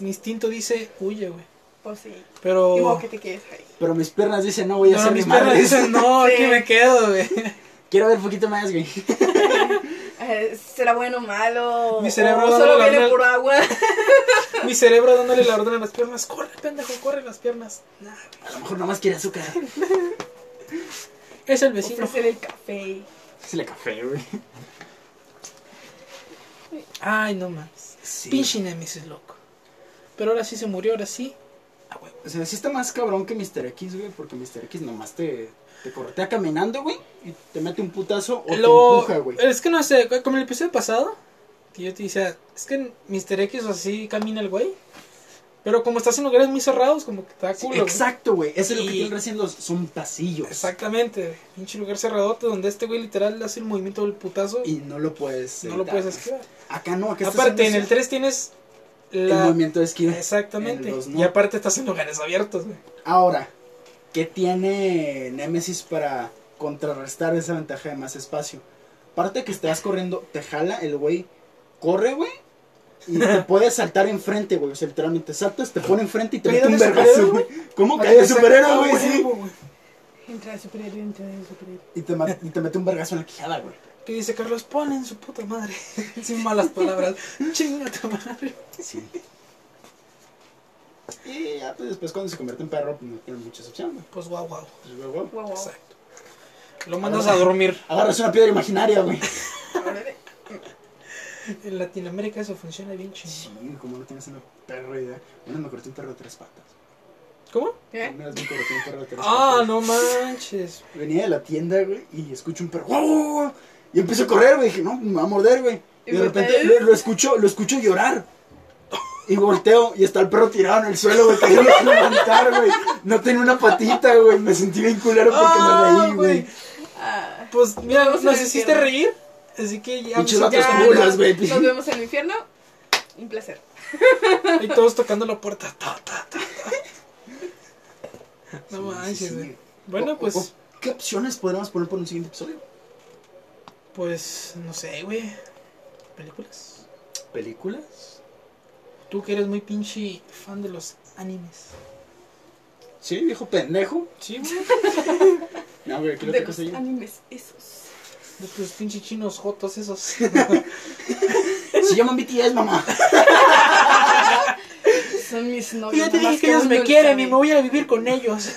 Speaker 2: Mi instinto dice, huye, güey.
Speaker 3: Pues sí. Y
Speaker 2: Pero.
Speaker 3: vos que te quedes ahí.
Speaker 1: Pero mis piernas dicen, no voy a
Speaker 2: pero
Speaker 1: hacer
Speaker 2: mis
Speaker 1: ni
Speaker 2: perros
Speaker 1: madres.
Speaker 2: dicen, no, aquí
Speaker 3: Sí.
Speaker 2: me quedo, güey.
Speaker 1: Quiero ver poquito más, güey.
Speaker 3: Eh, ¿Será bueno o malo?
Speaker 2: Mi cerebro
Speaker 3: o
Speaker 2: no
Speaker 3: solo
Speaker 2: lo
Speaker 3: viene
Speaker 2: habla.
Speaker 3: por agua.
Speaker 2: Mi cerebro dándole la orden a las piernas. Corre, pendejo, corre las piernas. Nah,
Speaker 1: A lo mejor nomás quiere azúcar.
Speaker 2: es el vecino.
Speaker 3: Ofrecer Pues el café.
Speaker 1: Se le café, güey.
Speaker 2: Ay, no mames.
Speaker 1: Sí.
Speaker 2: Pinche Nemesis, loco. Pero ahora sí se murió, ahora sí. A huevo.
Speaker 1: O sea, sí está más cabrón que Mr. X, güey, porque Mr. X nomás te, te corretea caminando, güey, y te mete un putazo o
Speaker 2: Lo-
Speaker 1: te empuja, güey.
Speaker 2: Es que no sé, como el episodio pasado, que yo te decía, es que Mr. X o así camina el güey. Pero como estás en lugares muy cerrados, como que te da
Speaker 1: Sí,
Speaker 2: culo. güey.
Speaker 1: exacto, güey. Eso es lo que
Speaker 2: Y-
Speaker 1: tienen recién los son pasillos.
Speaker 2: Exactamente. Pinche lugar cerradote donde este güey literal hace el movimiento del putazo
Speaker 1: Y
Speaker 2: y
Speaker 1: no lo puedes.
Speaker 2: no lo
Speaker 1: evitar.
Speaker 2: puedes esquivar.
Speaker 1: Acá no, acá
Speaker 2: Aparte, en
Speaker 1: haciendo
Speaker 2: el 3 tienes
Speaker 1: el
Speaker 2: la...
Speaker 1: movimiento de esquiva.
Speaker 2: Exactamente.
Speaker 1: en los no.
Speaker 2: Y aparte estás en lugares abiertos, güey.
Speaker 1: Ahora, ¿qué tiene Nemesis para contrarrestar esa ventaja de más espacio? Aparte que estás corriendo, te jala el güey, corre, güey, y te puede saltar enfrente, güey. O sea, literalmente saltas, te pone enfrente y te
Speaker 2: Caída
Speaker 1: mete un
Speaker 2: de
Speaker 1: vergazo,
Speaker 2: superhéroe,
Speaker 1: güey. ¿Cómo
Speaker 2: Ahí
Speaker 1: cae de
Speaker 2: está-
Speaker 1: superhéroe,
Speaker 2: Ah,
Speaker 1: güey? Sí.
Speaker 2: huevo, güey.
Speaker 3: Entra el superhéroe, entra el superhéroe.
Speaker 1: Y te, ma- y te mete un vergazo en la quijada, güey.
Speaker 2: Que dice Carlos, ponen su puta madre. Sin malas palabras. Chinga tu madre.
Speaker 1: Sí. Y ya, pues después cuando se convierte en perro, pues, no tiene muchas opciones, güey.
Speaker 2: Pues guau, guau.
Speaker 1: Pues, güey, güey.
Speaker 3: Wow, wow.
Speaker 2: Exacto. Lo mandas a dormir.
Speaker 1: Agarras una piedra imaginaria, güey.
Speaker 3: Órale.
Speaker 2: En Latinoamérica eso funciona bien
Speaker 1: Sí,
Speaker 2: chingón.
Speaker 1: como no tienes una perra idea. Bueno, me corté un perro de tres patas.
Speaker 2: ¿Cómo?
Speaker 3: ¿Eh?
Speaker 1: Una vez me corté un perro de tres
Speaker 2: Ah,
Speaker 1: patas.
Speaker 2: no manches.
Speaker 1: Venía de la tienda, güey, y escucho un perro. ¡Wow! Y empiezo a correr, güey. Dije, no, me va a morder, güey. Y de repente lo, lo escucho, lo escucho llorar. Y volteo y está el perro tirado en el suelo, güey, queriendo levantar, güey. No tenía una patita, güey. Me sentí bien culero porque
Speaker 2: Ah,
Speaker 1: me reí, güey.
Speaker 2: güey.
Speaker 3: Ah.
Speaker 2: Pues mira,
Speaker 3: Nos vemos
Speaker 2: nos,
Speaker 3: en el
Speaker 2: hiciste
Speaker 3: infierno.
Speaker 2: reír. Así que ya.
Speaker 1: Pinches
Speaker 2: ya-
Speaker 1: vatos como Bolas, güey.
Speaker 3: nos vemos en el infierno. Un placer.
Speaker 2: Y todos tocando la puerta. Ta, ta, ta, ta. No
Speaker 1: Sí, sí,
Speaker 2: manches,
Speaker 1: sí.
Speaker 2: güey. Bueno,
Speaker 1: O-
Speaker 2: pues.
Speaker 1: o- ¿Qué opciones podríamos poner por un siguiente episodio?
Speaker 2: Pues no sé, güey. Películas.
Speaker 1: ¿Películas?
Speaker 2: Tú que eres muy pinche fan de los animes.
Speaker 1: Sí, viejo pendejo.
Speaker 2: Sí, güey.
Speaker 1: No, güey, ¿qué
Speaker 3: De
Speaker 1: otra
Speaker 3: los
Speaker 1: cosa hay?
Speaker 3: animes esos.
Speaker 2: De tus pinche chinos jotos esos.
Speaker 1: Se llaman BTS, mamá.
Speaker 3: Son mis novios.
Speaker 2: Yo te
Speaker 3: nomás
Speaker 2: dije que ellos
Speaker 3: aún
Speaker 2: me
Speaker 3: no lo
Speaker 2: quieren
Speaker 3: sabe.
Speaker 2: y me voy a vivir con ellos.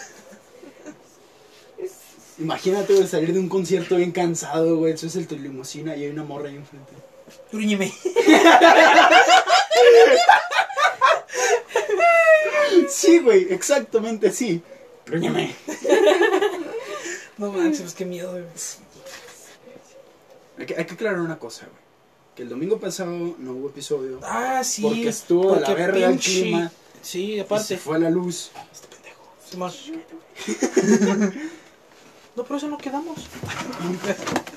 Speaker 1: Imagínate, güey, salir de un concierto bien cansado, güey. Eso es el tu limusina y hay una morra ahí enfrente.
Speaker 2: Gruñeme.
Speaker 1: Sí, güey, exactamente sí. Gruñeme.
Speaker 2: No manches, pues qué miedo, güey.
Speaker 1: Hay que, hay que aclarar una cosa, güey. Que el domingo pasado no hubo episodio.
Speaker 2: Ah, sí.
Speaker 1: porque estuvo de la
Speaker 2: porque
Speaker 1: verga el
Speaker 2: pinche-
Speaker 1: clima.
Speaker 2: Sí,
Speaker 1: Y se
Speaker 2: aparte.
Speaker 1: fue la luz.
Speaker 2: Este pendejo. Simón. no, pero eso no quedamos.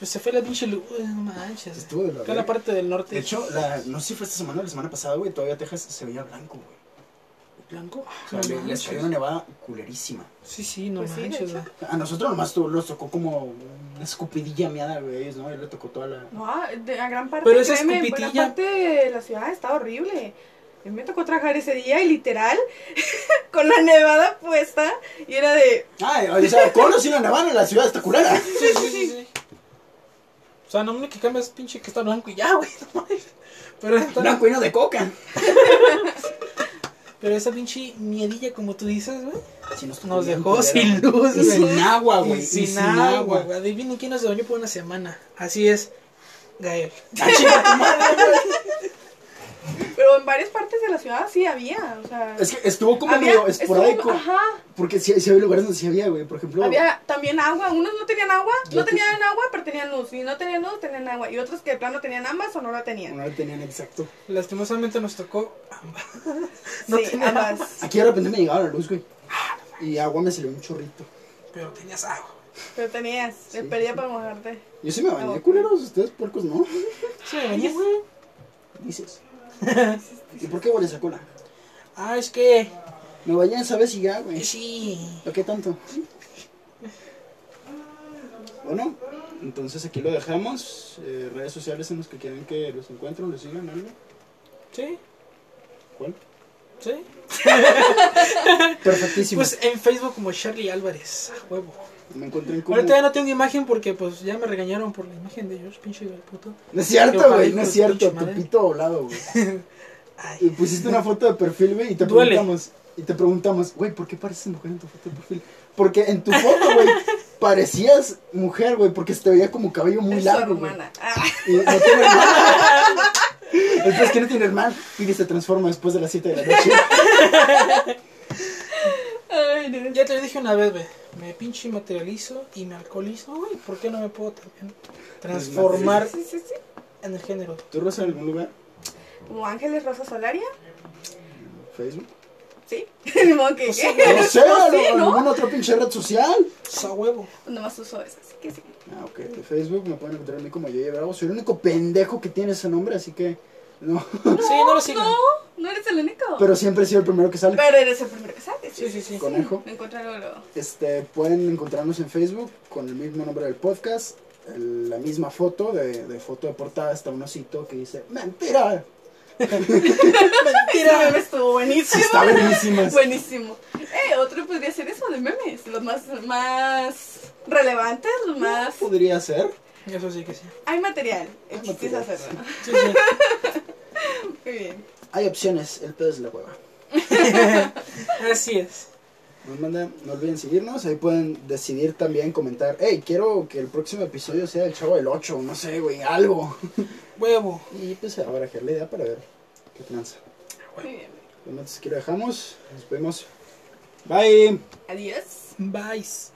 Speaker 2: Pues se fue la pinche luz, no manches.
Speaker 1: Estuvo de la
Speaker 2: Acá en la
Speaker 1: verga.
Speaker 2: parte del norte.
Speaker 1: De hecho, la, no sé si fue esta semana o la semana pasada, güey. Todavía Texas se veía blanco, güey.
Speaker 2: Blanco.
Speaker 1: O sea, le-
Speaker 2: No
Speaker 1: les
Speaker 2: manches.
Speaker 1: cayó una nevada culerísima.
Speaker 2: Sí, sí, no
Speaker 3: Pues sí, de
Speaker 2: manches.
Speaker 3: hecho.
Speaker 2: güey.
Speaker 1: A nosotros nomás tu- nos tocó como una escupidilla miada, güey. ellos, ¿no? A ellos le tocó toda la.
Speaker 3: No, a- de- a gran parte.
Speaker 2: Pero esa
Speaker 3: créeme,
Speaker 2: escupitilla-
Speaker 3: Buena parte de la ciudad está horrible. A mí Me tocó trabajar ese día y literal, con la nevada puesta, y era de.
Speaker 1: Ay, o sea, conos y una nevada en la ciudad está culera.
Speaker 2: Sí, sí, sí, sí. O sea, no único que cambia es pinche que está blanco y ya, güey. no manches. Pero está-
Speaker 1: Blanco y no de coca.
Speaker 2: Pero esa pinche miedilla, como tú dices, güey,
Speaker 1: Sí, nos tocó
Speaker 2: nos
Speaker 1: bien
Speaker 2: dejó
Speaker 1: culera,
Speaker 2: sin
Speaker 1: güey.
Speaker 2: luz,
Speaker 1: Y
Speaker 2: güey.
Speaker 1: sin agua,
Speaker 2: Y
Speaker 1: Ah, güey.
Speaker 2: sin, agua, güey. Adivinen quién nos bañó por una semana. Así es, Gael.
Speaker 1: Ah, chinga tu madre, güey.
Speaker 3: Pero en varias partes de la ciudad sí había, o sea.
Speaker 1: Es que estuvo como
Speaker 3: había-
Speaker 1: medio
Speaker 3: estuvo-
Speaker 1: esporádico.
Speaker 3: Ajá.
Speaker 1: Porque sí, sí había lugares donde sí había, güey. Por ejemplo,
Speaker 3: Había también agua, unos no tenían agua,
Speaker 1: Yo
Speaker 3: no
Speaker 1: te-
Speaker 3: tenían agua, pero tenían luz, y no tenían luz, tenían agua, y otros que de plano tenían ambas o no la tenían.
Speaker 1: no lo tenían exacto.
Speaker 2: Lastimosamente nos tocó ambas. No
Speaker 3: sí,
Speaker 2: tenía
Speaker 3: ambas.
Speaker 1: Aquí de repente me llegaba la luz, güey. Y agua me salió un chorrito.
Speaker 2: Pero tenías agua.
Speaker 3: Pero tenías, te
Speaker 1: Sí.
Speaker 3: perdía para mojarte.
Speaker 1: Yo sí me bañé,
Speaker 2: Ah,
Speaker 3: Agua.
Speaker 1: culeros. Ustedes puercos, ¿no?
Speaker 2: Sí, me bañé, güey.
Speaker 1: Dices. ¿Y por qué huele esa cola?
Speaker 2: Ah, es que.
Speaker 1: Me bañé, ¿sabes? Y ya, güey.
Speaker 2: Sí.
Speaker 1: ¿Lo qué tanto? Bueno, entonces aquí lo dejamos. Eh, redes sociales en los que quieran que los encuentren, los sigan, algo.
Speaker 2: Sí.
Speaker 1: ¿Cuál?
Speaker 2: Sí.
Speaker 1: Perfectísimo.
Speaker 2: Pues en Facebook como Charlie Álvarez. A huevo.
Speaker 1: me encuentro en como...
Speaker 2: Ahorita ya no tengo imagen porque pues ya me regañaron por la imagen de George, pinche del puto.
Speaker 1: No es
Speaker 2: Yo
Speaker 1: cierto,
Speaker 2: para
Speaker 1: güey,
Speaker 2: hijo
Speaker 1: no
Speaker 2: de
Speaker 1: es
Speaker 2: tu
Speaker 1: cierto,
Speaker 2: pinche
Speaker 1: tu
Speaker 2: madre.
Speaker 1: pito volado, güey.
Speaker 2: Ay.
Speaker 1: Y pusiste una foto de perfil, güey, y te
Speaker 2: Duele.
Speaker 1: preguntamos, y te preguntamos, güey, ¿por qué pareces mujer en tu foto de perfil? Porque en tu foto, güey, parecías mujer, güey, porque se te veía como cabello muy
Speaker 3: Es
Speaker 1: largo,
Speaker 3: su
Speaker 1: güey.
Speaker 3: hermana. Ah,
Speaker 1: Y no tiene hermana. Entonces, que no tiene hermana? Piri se transforma después de las 7 de la noche.
Speaker 3: ay, no.
Speaker 2: Ya te lo dije una vez, güey. Me pinche materializo y me alcoholizo. Uy, ¿por qué no me puedo también transformar
Speaker 3: Sí, sí, sí.
Speaker 2: en el género?
Speaker 1: ¿Tú rosa en algún lugar?
Speaker 3: Como Ángeles Rosa Solaria,
Speaker 1: ¿Facebook?
Speaker 3: sí. Ni modo que-
Speaker 2: Pues sí,
Speaker 1: No sé,
Speaker 3: Pues sí,
Speaker 1: ¿algo-
Speaker 3: ¿no?
Speaker 1: ¿alguna otra pinche red social?
Speaker 2: Sa huevo.
Speaker 3: Nomás uso esa, así que sí.
Speaker 1: Ah, ok, de Facebook me pueden encontrar a mí como Yoye Bravo. Soy el único pendejo que tiene ese nombre, así que no.
Speaker 2: sí, no lo sigan.
Speaker 3: No, no eres el único.
Speaker 1: Pero siempre he sido el primero que sale.
Speaker 3: Pero eres el primero que sale.
Speaker 2: Sí, sí, sí.
Speaker 1: Conejo.
Speaker 3: Mm, Me encontraron luego.
Speaker 1: Este, pueden encontrarnos en Facebook con el mismo nombre del podcast, el- la misma foto, de, de foto de portada está un osito que dice ¡Mentira!
Speaker 3: Ese meme estuvo
Speaker 1: Sí,
Speaker 3: buenísimo.
Speaker 1: está verguísima.
Speaker 3: Buenísimo. Eh, otro podría ser eso de memes. Los más, más relevantes, los más.
Speaker 1: Podría ser.
Speaker 2: Eso sí que sí.
Speaker 3: Hay material.
Speaker 1: Hay
Speaker 3: El chiste es
Speaker 1: material.
Speaker 3: hacerlo.
Speaker 2: Ah, Sí, sí.
Speaker 3: Muy bien.
Speaker 1: Hay opciones, el pedo es la hueva.
Speaker 2: Así es.
Speaker 1: Nos manda, no olviden seguirnos, ahí pueden decidir también comentar, hey, quiero que el próximo episodio sea el Chavo del 8, no sé, güey, algo.
Speaker 2: Huevo.
Speaker 1: Y pues a barajar la idea para ver qué tranza.
Speaker 3: Muy bien.
Speaker 1: Bueno, entonces aquí lo dejamos, nos vemos. Bye.
Speaker 3: Adiós.
Speaker 2: Bye.